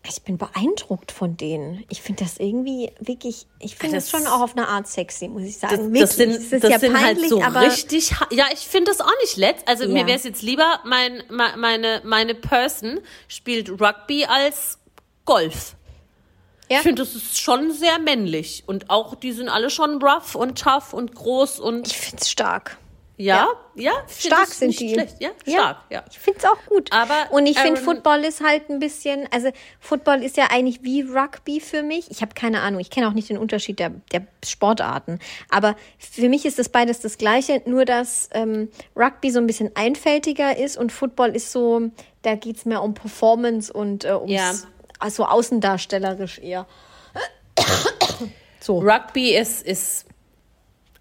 S2: Ich bin beeindruckt von denen. Ich finde das irgendwie wirklich, ich finde das,
S3: Ah, Das-
S2: schon auch auf eine Art sexy, muss ich
S3: Das,
S2: sagen.
S3: das
S2: Wirklich,
S3: sind,
S2: es
S3: das sind halt so
S2: aber
S3: richtig. ha- Ja, ich finde das auch nicht letzt. Also
S2: Ja.
S3: mir wäre es jetzt lieber, mein, me- meine, meine Person spielt Rugby als Golf.
S2: Ja.
S3: Ich finde, das ist schon sehr männlich. Und auch die sind alle schon rough und tough und groß und
S2: ich finde es stark.
S3: Ja, ja, ich find
S2: Stark
S3: das
S2: sind
S3: nicht
S2: die.
S3: Schlecht. Ja, stark, ja.
S2: Ich finde es auch gut.
S3: Aber ähm,
S2: und ich finde,
S3: Aaron-
S2: Football ist halt ein bisschen, also Football ist ja eigentlich wie Rugby für mich. Ich habe keine Ahnung, ich kenne auch nicht den Unterschied der, der Sportarten. Aber für mich ist das beides das Gleiche, nur dass ähm, Rugby so ein bisschen einfältiger ist und Football ist so, da geht es mehr um Performance und äh, ums,
S3: Ja.
S2: also außendarstellerisch eher. so.
S3: Rugby ist, ist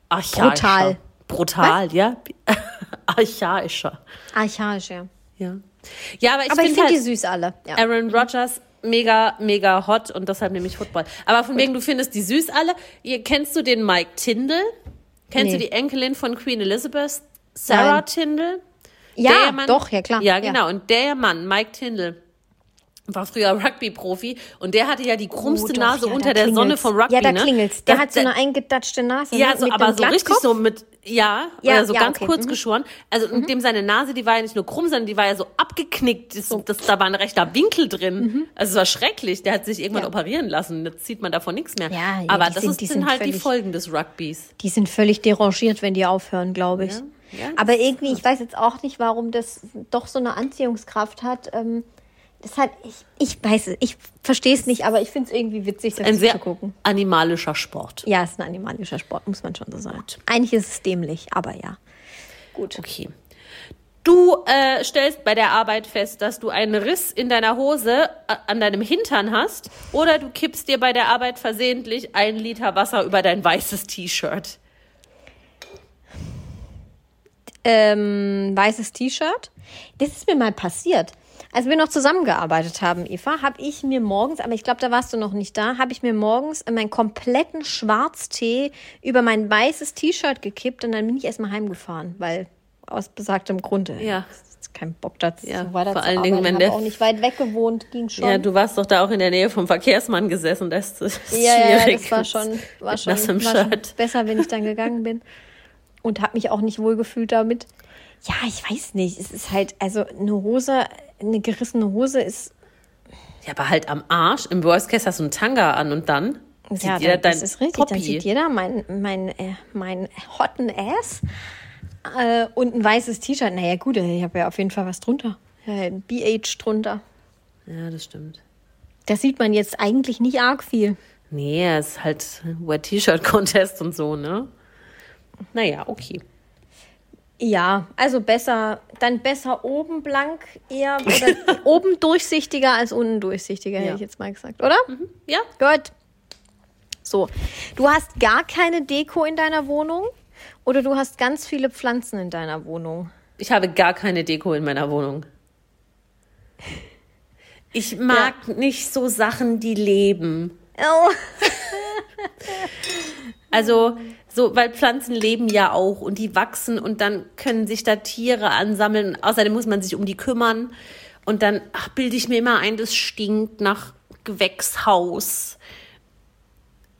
S3: archaischer.
S2: Brutal.
S3: Brutal, ja. archaischer.
S2: Archaisch, ja.
S3: Ja. Ja, aber ich
S2: Aber ich
S3: finde
S2: finde
S3: halt
S2: die süß alle. Ja.
S3: Aaron Rodgers mega, mega hot und deshalb nehme ich Football. Aber von wegen, du findest die süß alle. Ihr, kennst du den Mike Tindall? Kennst
S2: Nee.
S3: du die Enkelin von Queen Elizabeth? Sarah
S2: Nein.
S3: Tindall?
S2: ja,
S3: Der Mann-
S2: doch, ja klar.
S3: Ja, genau. Und der Mann, Mike Tindall, war früher Rugby-Profi und der hatte ja die krummste
S2: Oh, doch,
S3: Nase
S2: ja, da
S3: unter der Sonne
S2: klingelt's.
S3: vom Rugby.
S2: Ja, da
S3: ne?
S2: klingelt's. Der
S3: Da-
S2: hat so
S3: da-
S2: eine eingedatschte Nase.
S3: ja,
S2: ne?
S3: so,
S2: Mit
S3: aber
S2: einem
S3: so richtig
S2: Glattkopf.
S3: so mit, ja,
S2: Ja,
S3: oder so
S2: ja,
S3: ganz
S2: okay,
S3: kurz
S2: mhm.
S3: geschoren. Also, und dem seine Nase, die war ja nicht nur krumm, sondern die war ja so abgeknickt. Das, das, da war ein rechter Winkel drin. Also, es war schrecklich. Der hat sich irgendwann
S2: Mhm. Ja.
S3: operieren lassen. Jetzt sieht man davon nichts mehr.
S2: Ja, ja,
S3: aber
S2: die
S3: das
S2: sind-
S3: ist,
S2: die
S3: sind,
S2: sind
S3: halt die
S2: völlig-
S3: Folgen des Rugbys.
S2: Die sind völlig derangiert, wenn die aufhören, glaube ich.
S3: ja, das
S2: aber irgendwie, ich weiß jetzt auch nicht, warum das doch so eine Anziehungskraft hat. Ähm, das hat, ich, ich weiß es, ich verstehe es nicht, aber ich finde es irgendwie witzig, das
S3: Ein sehr
S2: zu gucken.
S3: animalischer Sport.
S2: Ja, ist ein animalischer Sport, muss man schon so sagen. Eigentlich ist es dämlich, aber ja. Gut.
S3: Okay. Du äh, stellst bei der Arbeit fest, dass du einen Riss in deiner Hose äh, an deinem Hintern hast oder du kippst dir bei der Arbeit versehentlich ein Liter Wasser über dein weißes T-Shirt.
S2: ähm, weißes T-Shirt. Das ist mir mal passiert. Als wir noch zusammengearbeitet haben, Eva, habe ich mir morgens, aber ich glaube, da warst du noch nicht da, habe ich mir morgens meinen kompletten Schwarztee über mein weißes T-Shirt gekippt und dann bin ich erstmal heimgefahren, weil aus besagtem Grunde.
S3: Ja.
S2: Kein Bock dazu.
S3: Ja,
S2: so weiter
S3: vor
S2: zu
S3: allen Dingen,
S2: arbeiten.
S3: wenn
S2: Hab
S3: der-
S2: auch nicht weit weg gewohnt, ging schon.
S3: Ja, du warst doch da auch in der Nähe vom Verkehrsmann gesessen, das ist, das ist
S2: ja, ja, ja,
S3: schwierig.
S2: das war schon, war
S3: mit
S2: schon,
S3: nassem
S2: war schon
S3: Shirt.
S2: besser, wenn ich dann gegangen bin. Und habe mich auch nicht wohlgefühlt damit. Ja, ich weiß nicht. Es ist halt, also eine Hose, eine gerissene Hose ist.
S3: Ja, aber halt am Arsch. Im Worst Case hast du einen Tanga an und dann sieht
S2: Ja,
S3: jeder
S2: dann,
S3: dein
S2: das ist richtig.
S3: Poppy.
S2: Dann sieht jeder mein, mein, äh, mein hotten Ass. äh, und ein weißes T-Shirt. Naja, gut, äh, ich habe ja auf jeden Fall was drunter. Ja, Ein BH drunter.
S3: Ja, das stimmt.
S2: Das sieht man jetzt eigentlich nicht arg viel.
S3: Nee, es ist halt Wet-T-Shirt-Contest und so, ne? Naja, okay.
S2: Ja, also besser, dann besser oben blank eher oder oben durchsichtiger als unten durchsichtiger, hätte
S3: Ja. Mhm.
S2: ich jetzt mal gesagt, oder?
S3: Ja,
S2: Gut. So, du hast gar keine Deko in deiner Wohnung oder du hast ganz viele Pflanzen in deiner Wohnung.
S3: ich habe gar keine Deko in meiner Wohnung. Ich mag nicht so Sachen, die leben.
S2: Oh.
S3: Also, so, weil Pflanzen leben ja auch und die wachsen und dann können sich da Tiere ansammeln. Außerdem muss man sich um die kümmern. Und dann ach, bilde ich mir immer ein, das stinkt nach Gewächshaus.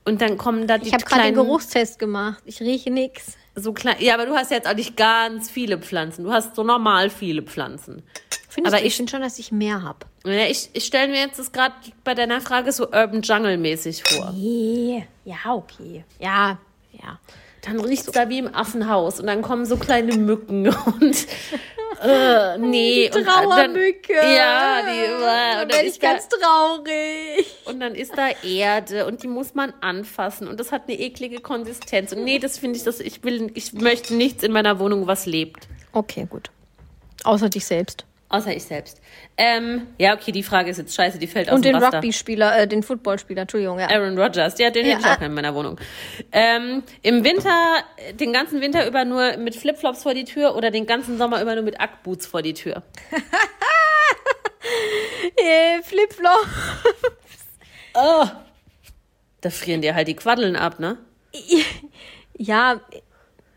S3: Und dann kommen da die
S2: Ich habe gerade den
S3: kleinen-
S2: Geruchstest gemacht. Ich rieche nichts.
S3: so klein. Ja, aber du hast jetzt auch nicht ganz viele Pflanzen. Du hast so normal viele Pflanzen.
S2: Findest
S3: Aber
S2: du?
S3: ich-
S2: finde schon, dass ich mehr habe.
S3: Ja, ich ich stelle mir jetzt das gerade bei deiner Frage so Urban Jungle mäßig vor.
S2: Ja, okay. Ja, ja.
S3: Dann riecht's da wie im Affenhaus und dann kommen so kleine Mücken und äh, nee
S2: Die
S3: und dann-
S2: Trauermücke.
S3: Ja, die äh,
S2: Dann
S3: und dann
S2: werde ich
S3: ist da,
S2: ganz traurig.
S3: und dann ist da Erde und die muss man anfassen und das hat eine eklige Konsistenz und nee, das finde ich, das ich will ich möchte nichts in meiner Wohnung, was lebt.
S2: Okay, gut. Außer dich selbst.
S3: Außer ich selbst. Ähm, ja, okay, die Frage ist jetzt scheiße, die fällt aus
S2: Und
S3: dem
S2: den
S3: Raster.
S2: Rugby-Spieler, äh, den Footballspieler, Entschuldigung, ja.
S3: Aaron Rodgers, ja, den
S2: Ja.
S3: hätte ich auch in meiner Wohnung. Ähm, Im Winter, äh, den ganzen Winter über nur mit Flipflops vor die Tür oder den ganzen Sommer über nur mit Ackboots vor die Tür.
S2: Äh, Flipflop.
S3: Oh. Da frieren dir halt die Quaddeln ab, ne?
S2: Ja,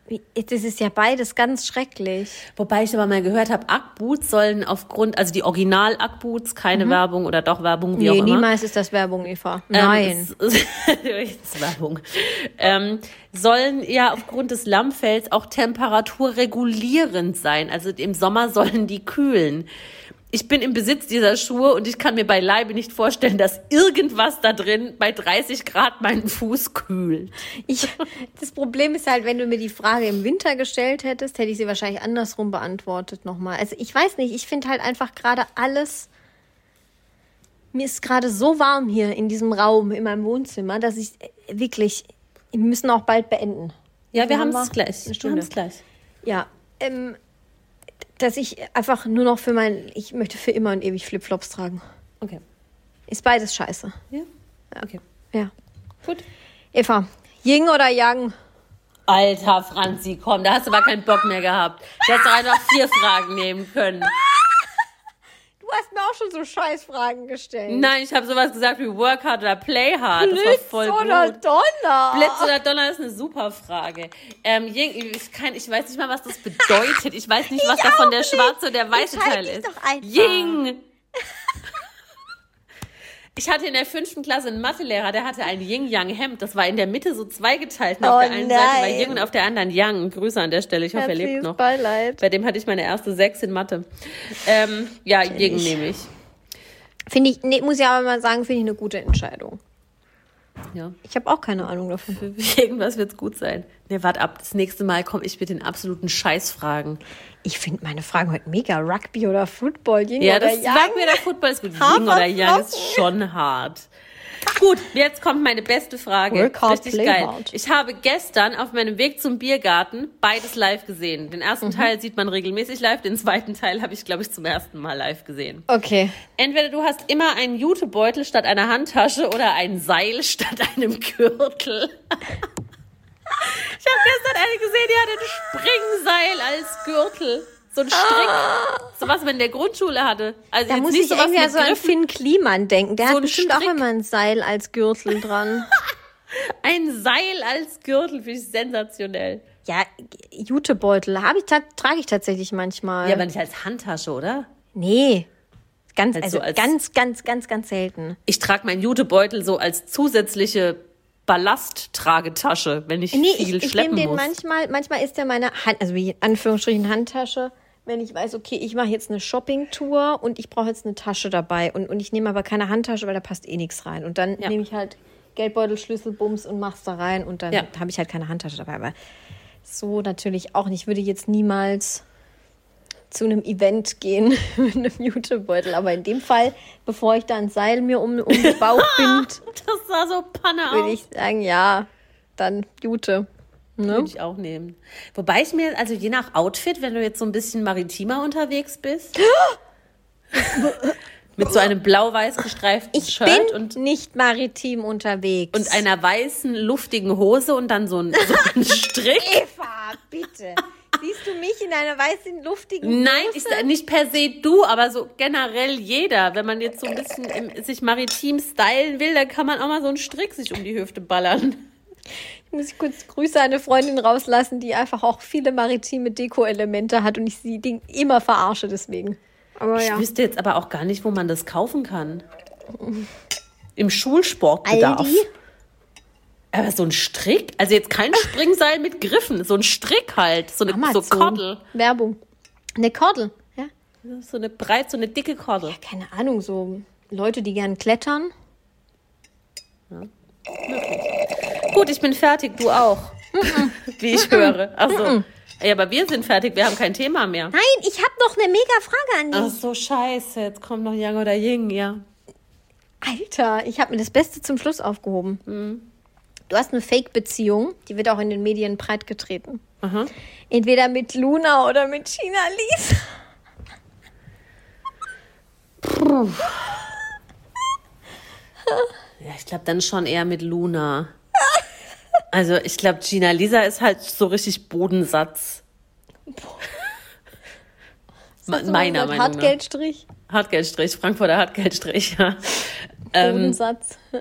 S2: wie- das ist ja beides ganz schrecklich.
S3: Wobei ich aber mal gehört habe, Ackboots sollen aufgrund, also die Original-Ackboots, keine Werbung oder doch Werbung, wie auch
S2: Mhm. Nee,
S3: immer.
S2: niemals ist das Werbung, Eva.
S3: Ähm,
S2: Nein.
S3: s- s- Werbung. Ähm, sollen ja aufgrund des Lammfells auch temperaturregulierend sein. Also im Sommer sollen die kühlen. Ich bin im Besitz dieser Schuhe und ich kann mir beileibe nicht vorstellen, dass irgendwas da drin bei 30 Grad meinen Fuß kühlt.
S2: Ich, das Problem ist halt, wenn du mir die Frage im Winter gestellt hättest, hätte ich sie wahrscheinlich andersrum beantwortet nochmal. Also ich weiß nicht, ich finde halt einfach gerade alles. Mir ist gerade so warm hier in diesem Raum, in meinem Wohnzimmer, dass ich äh, wirklich. Wir müssen auch bald beenden.
S3: Ja, wir
S2: Dann
S3: haben
S2: wir
S3: es gleich.
S2: eine
S3: Wir haben
S2: Stunde.
S3: es gleich.
S2: Ja, ähm, dass ich einfach nur noch für mein. Ich möchte für immer und ewig Flipflops tragen.
S3: Okay.
S2: Ist beides scheiße.
S3: Ja? Okay.
S2: Ja.
S3: Gut.
S2: Eva, Ying oder Yang?
S3: Alter Franzi, komm, da hast du aber keinen Bock mehr gehabt. Du hättest doch einfach vier Fragen nehmen können.
S2: Du hast mir auch schon so scheiß Fragen gestellt.
S3: Nein, ich habe sowas gesagt wie Work hard oder Play hard. Das war
S2: Blitz
S3: voll
S2: oder
S3: gut.
S2: Donner?
S3: Blitz oder Donner ist eine super Frage. Ähm, Ying, ich, kann, ich weiß nicht mal, was das bedeutet. Ich weiß nicht, was
S2: Ich
S3: davon
S2: auch
S3: der
S2: nicht.
S3: schwarze und der weiße
S2: Entscheid
S3: Teil
S2: dich
S3: ist.
S2: doch einfach.
S3: Ying! Ich hatte in der fünften Klasse einen Mathelehrer, der hatte ein Yin-Yang-Hemd. Das war in der Mitte so zweigeteilt. Und
S2: Oh
S3: auf der einen Seite war
S2: nein.
S3: Ying und auf der anderen Yang. Grüße an der Stelle. Ich hoffe, er lebt
S2: Herzliches
S3: noch.
S2: Beileid.
S3: Bei dem hatte ich meine erste Sechs in Mathe. Ähm, ja, Ying nehme ich.
S2: Finde ich, nee, muss ich aber mal sagen, finde ich eine gute Entscheidung.
S3: Ja.
S2: Ich habe auch keine Ahnung davon.
S3: Für irgendwas wird's gut sein. Ne, wart ab. Das nächste Mal komme ich mit den absoluten Scheißfragen.
S2: Ich finde meine Fragen heute mega. Rugby oder Football, Ying
S3: Ja,
S2: oder
S3: das
S2: Yang?
S3: sagt mir der Football ist gut.
S2: Hart
S3: Ying oder Yang ist
S2: verflossen.
S3: schon hart. Gut, jetzt kommt meine beste Frage.
S2: Work hard,
S3: Richtig
S2: play
S3: geil.
S2: hard.
S3: Ich habe gestern auf meinem Weg zum Biergarten beides live gesehen. Den
S2: Mhm.
S3: ersten Teil sieht man regelmäßig live, den zweiten Teil habe ich, glaube ich, zum ersten Mal live gesehen.
S2: Okay.
S3: Entweder du hast immer einen Jutebeutel statt einer Handtasche oder ein Seil statt einem Gürtel. Ich habe gestern eine gesehen, die hatte ein Springseil als Gürtel. So ein Strick. So was man in der Grundschule hatte. Also
S2: Ah. Da
S3: jetzt
S2: muss
S3: nicht
S2: ich
S3: sowas
S2: irgendwie
S3: mit
S2: an so an
S3: Griffen.
S2: Finn Kliman denken. Der
S3: So
S2: hat
S3: ein
S2: bestimmt
S3: Strick.
S2: auch immer ein Seil als Gürtel dran.
S3: Ein Seil als Gürtel finde ich sensationell.
S2: ja, Jutebeutel habe ich tat- trage ich tatsächlich manchmal.
S3: Ja, aber nicht als Handtasche, oder?
S2: nee. Ganz,
S3: Halt
S2: also
S3: so als-
S2: ganz, ganz, ganz, ganz selten.
S3: Ich trage meinen Jutebeutel so als zusätzliche Ballasttragetasche, wenn ich
S2: Nee, ich,
S3: viel
S2: ich
S3: schleppen
S2: nehme den
S3: muss.
S2: manchmal, manchmal ist der meine Hand, also wie in Anführungsstrichen Handtasche, wenn ich weiß, okay, ich mache jetzt eine Shopping-Tour und ich brauche jetzt eine Tasche dabei und, und ich nehme aber keine Handtasche, weil da passt eh nichts rein. Und dann
S3: Ja.
S2: nehme ich halt Geldbeutel, Schlüssel, Bums und mach's da rein und dann
S3: Ja.
S2: habe ich halt keine Handtasche dabei. Aber so natürlich auch nicht. Ich würde jetzt niemals zu einem Event gehen mit einem Jutebeutel. Aber in dem Fall, bevor ich da ein Seil mir um, um den Bauch bind,
S3: Das sah so Panne
S2: würde
S3: aus.
S2: ich sagen, ja, dann Jute. Ne?
S3: Würde ich auch nehmen. Wobei ich mir, also je nach Outfit, wenn du jetzt so ein bisschen maritimer unterwegs bist. mit so einem blau-weiß gestreiften
S2: Ich
S3: Shirt
S2: bin
S3: und,
S2: nicht maritim unterwegs.
S3: und einer weißen, luftigen Hose und dann so ein, so ein Strick.
S2: Eva, bitte. Siehst du mich in einer weißen, luftigen
S3: Nein, ich, nicht per se du, aber so generell jeder. Wenn man jetzt so ein bisschen im, sich maritim stylen will, dann kann man auch mal so einen Strick sich um die Hüfte ballern.
S2: muss ich kurz Grüße an eine Freundin rauslassen, die einfach auch viele maritime Deko-Elemente hat und ich sie Ding immer verarsche deswegen. Aber
S3: Ich wüsste jetzt aber auch gar nicht, wo man das kaufen kann. Im Schulsportbedarf.
S2: Aldi?
S3: Aber so ein Strick? Also jetzt kein Springseil mit Griffen, so ein Strick halt. So eine so
S2: Amazon.
S3: Kordel.
S2: Werbung. Eine Kordel, ja.
S3: So eine breit, so eine dicke Kordel.
S2: Keine Ahnung, so Leute, die gern klettern.
S3: Gut, ich bin fertig, du auch. Wie ich höre. Achso. Ja, aber wir sind fertig, wir haben kein Thema mehr.
S2: Nein, ich habe noch eine mega Frage an
S3: Ach
S2: dich.
S3: so, scheiße, jetzt kommt noch Yang oder Ying, ja.
S2: Alter, ich habe mir das Beste zum Schluss aufgehoben.
S3: Mhm.
S2: Du hast eine Fake-Beziehung, die wird auch in den Medien breitgetreten.
S3: Aha.
S2: Entweder mit Luna oder mit China Lisa.
S3: Ja, ich glaube dann schon eher mit Luna. Also ich glaube, Gina Lisa ist halt so richtig Bodensatz. Me-
S2: Hast du mal
S3: Meiner
S2: gesagt,
S3: Meinung nach.
S2: Hartgeldstrich,
S3: Hartgeldstrich, Frankfurter Hartgeldstrich, ja. Ähm,
S2: Bodensatz.
S3: Ja,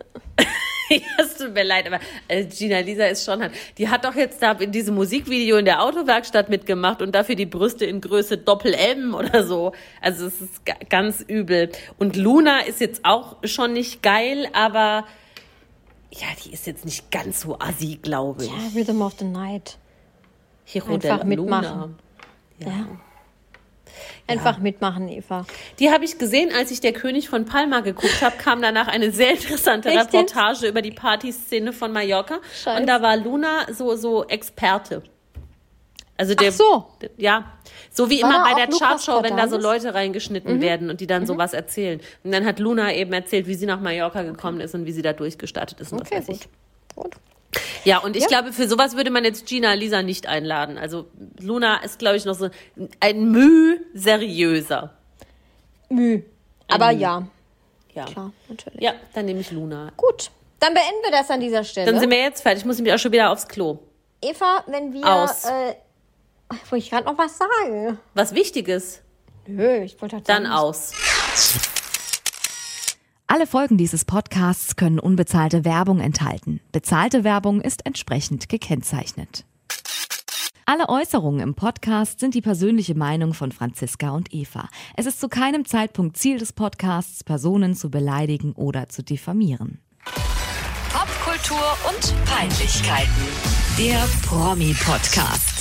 S3: Es tut mir leid, aber äh, Gina Lisa ist schon hart. Die hat doch jetzt da in diesem Musikvideo in der Autowerkstatt mitgemacht und dafür die Brüste in Größe Doppel-M oder so. Also es ist ga- ganz übel. Und Luna ist jetzt auch schon nicht geil, aber ja, die ist jetzt nicht ganz so assi, glaube ich.
S2: Ja, Rhythm of the Night.
S3: Hero
S2: Einfach
S3: della Luna.
S2: mitmachen. Ja. Einfach mitmachen, Eva.
S3: Die habe ich gesehen, als ich Der König von Palma geguckt habe, kam danach eine sehr interessante
S2: Echt jetzt?
S3: Reportage über die Partyszene von Mallorca.
S2: Scheiße.
S3: Und da war Luna so, so Experte. Also der,
S2: Ach so.
S3: der- ja, so wie
S2: War
S3: immer
S2: da
S3: bei
S2: auch
S3: der
S2: Lukas
S3: Chartshow, wenn da so
S2: Cordalis? Mhm.
S3: Leute reingeschnitten werden und die dann sowas erzählen. Und dann hat Luna eben erzählt, wie sie nach Mallorca gekommen ist und wie sie da durchgestartet ist. Und
S2: Okay,
S3: was weiß
S2: gut. gut.
S3: Ich. Ja, und ich glaube, für sowas würde man jetzt Gina Lisa nicht einladen. Also Luna ist, glaube ich, noch so ein Müh seriöser.
S2: Müh. Aber
S3: Ähm.
S2: ja,
S3: Ja.
S2: klar, natürlich.
S3: Ja, dann nehme ich Luna.
S2: Gut, dann beenden wir das an dieser Stelle.
S3: Dann sind wir jetzt fertig. Ich muss nämlich auch schon wieder aufs Klo.
S2: Eva, wenn wir.
S3: Aus.
S2: Äh, ach, wollte ich gerade noch was sagen?
S3: Was Wichtiges,
S2: Nö, ich wollte halt
S3: dann
S2: sagen,
S3: aus.
S1: Alle Folgen dieses Podcasts können unbezahlte Werbung enthalten. Bezahlte Werbung ist entsprechend gekennzeichnet. Alle Äußerungen im Podcast sind die persönliche Meinung von Franziska und Eva. Es ist zu keinem Zeitpunkt Ziel des Podcasts, Personen zu beleidigen oder zu diffamieren. Popkultur und Peinlichkeiten. Der Promi-Podcast.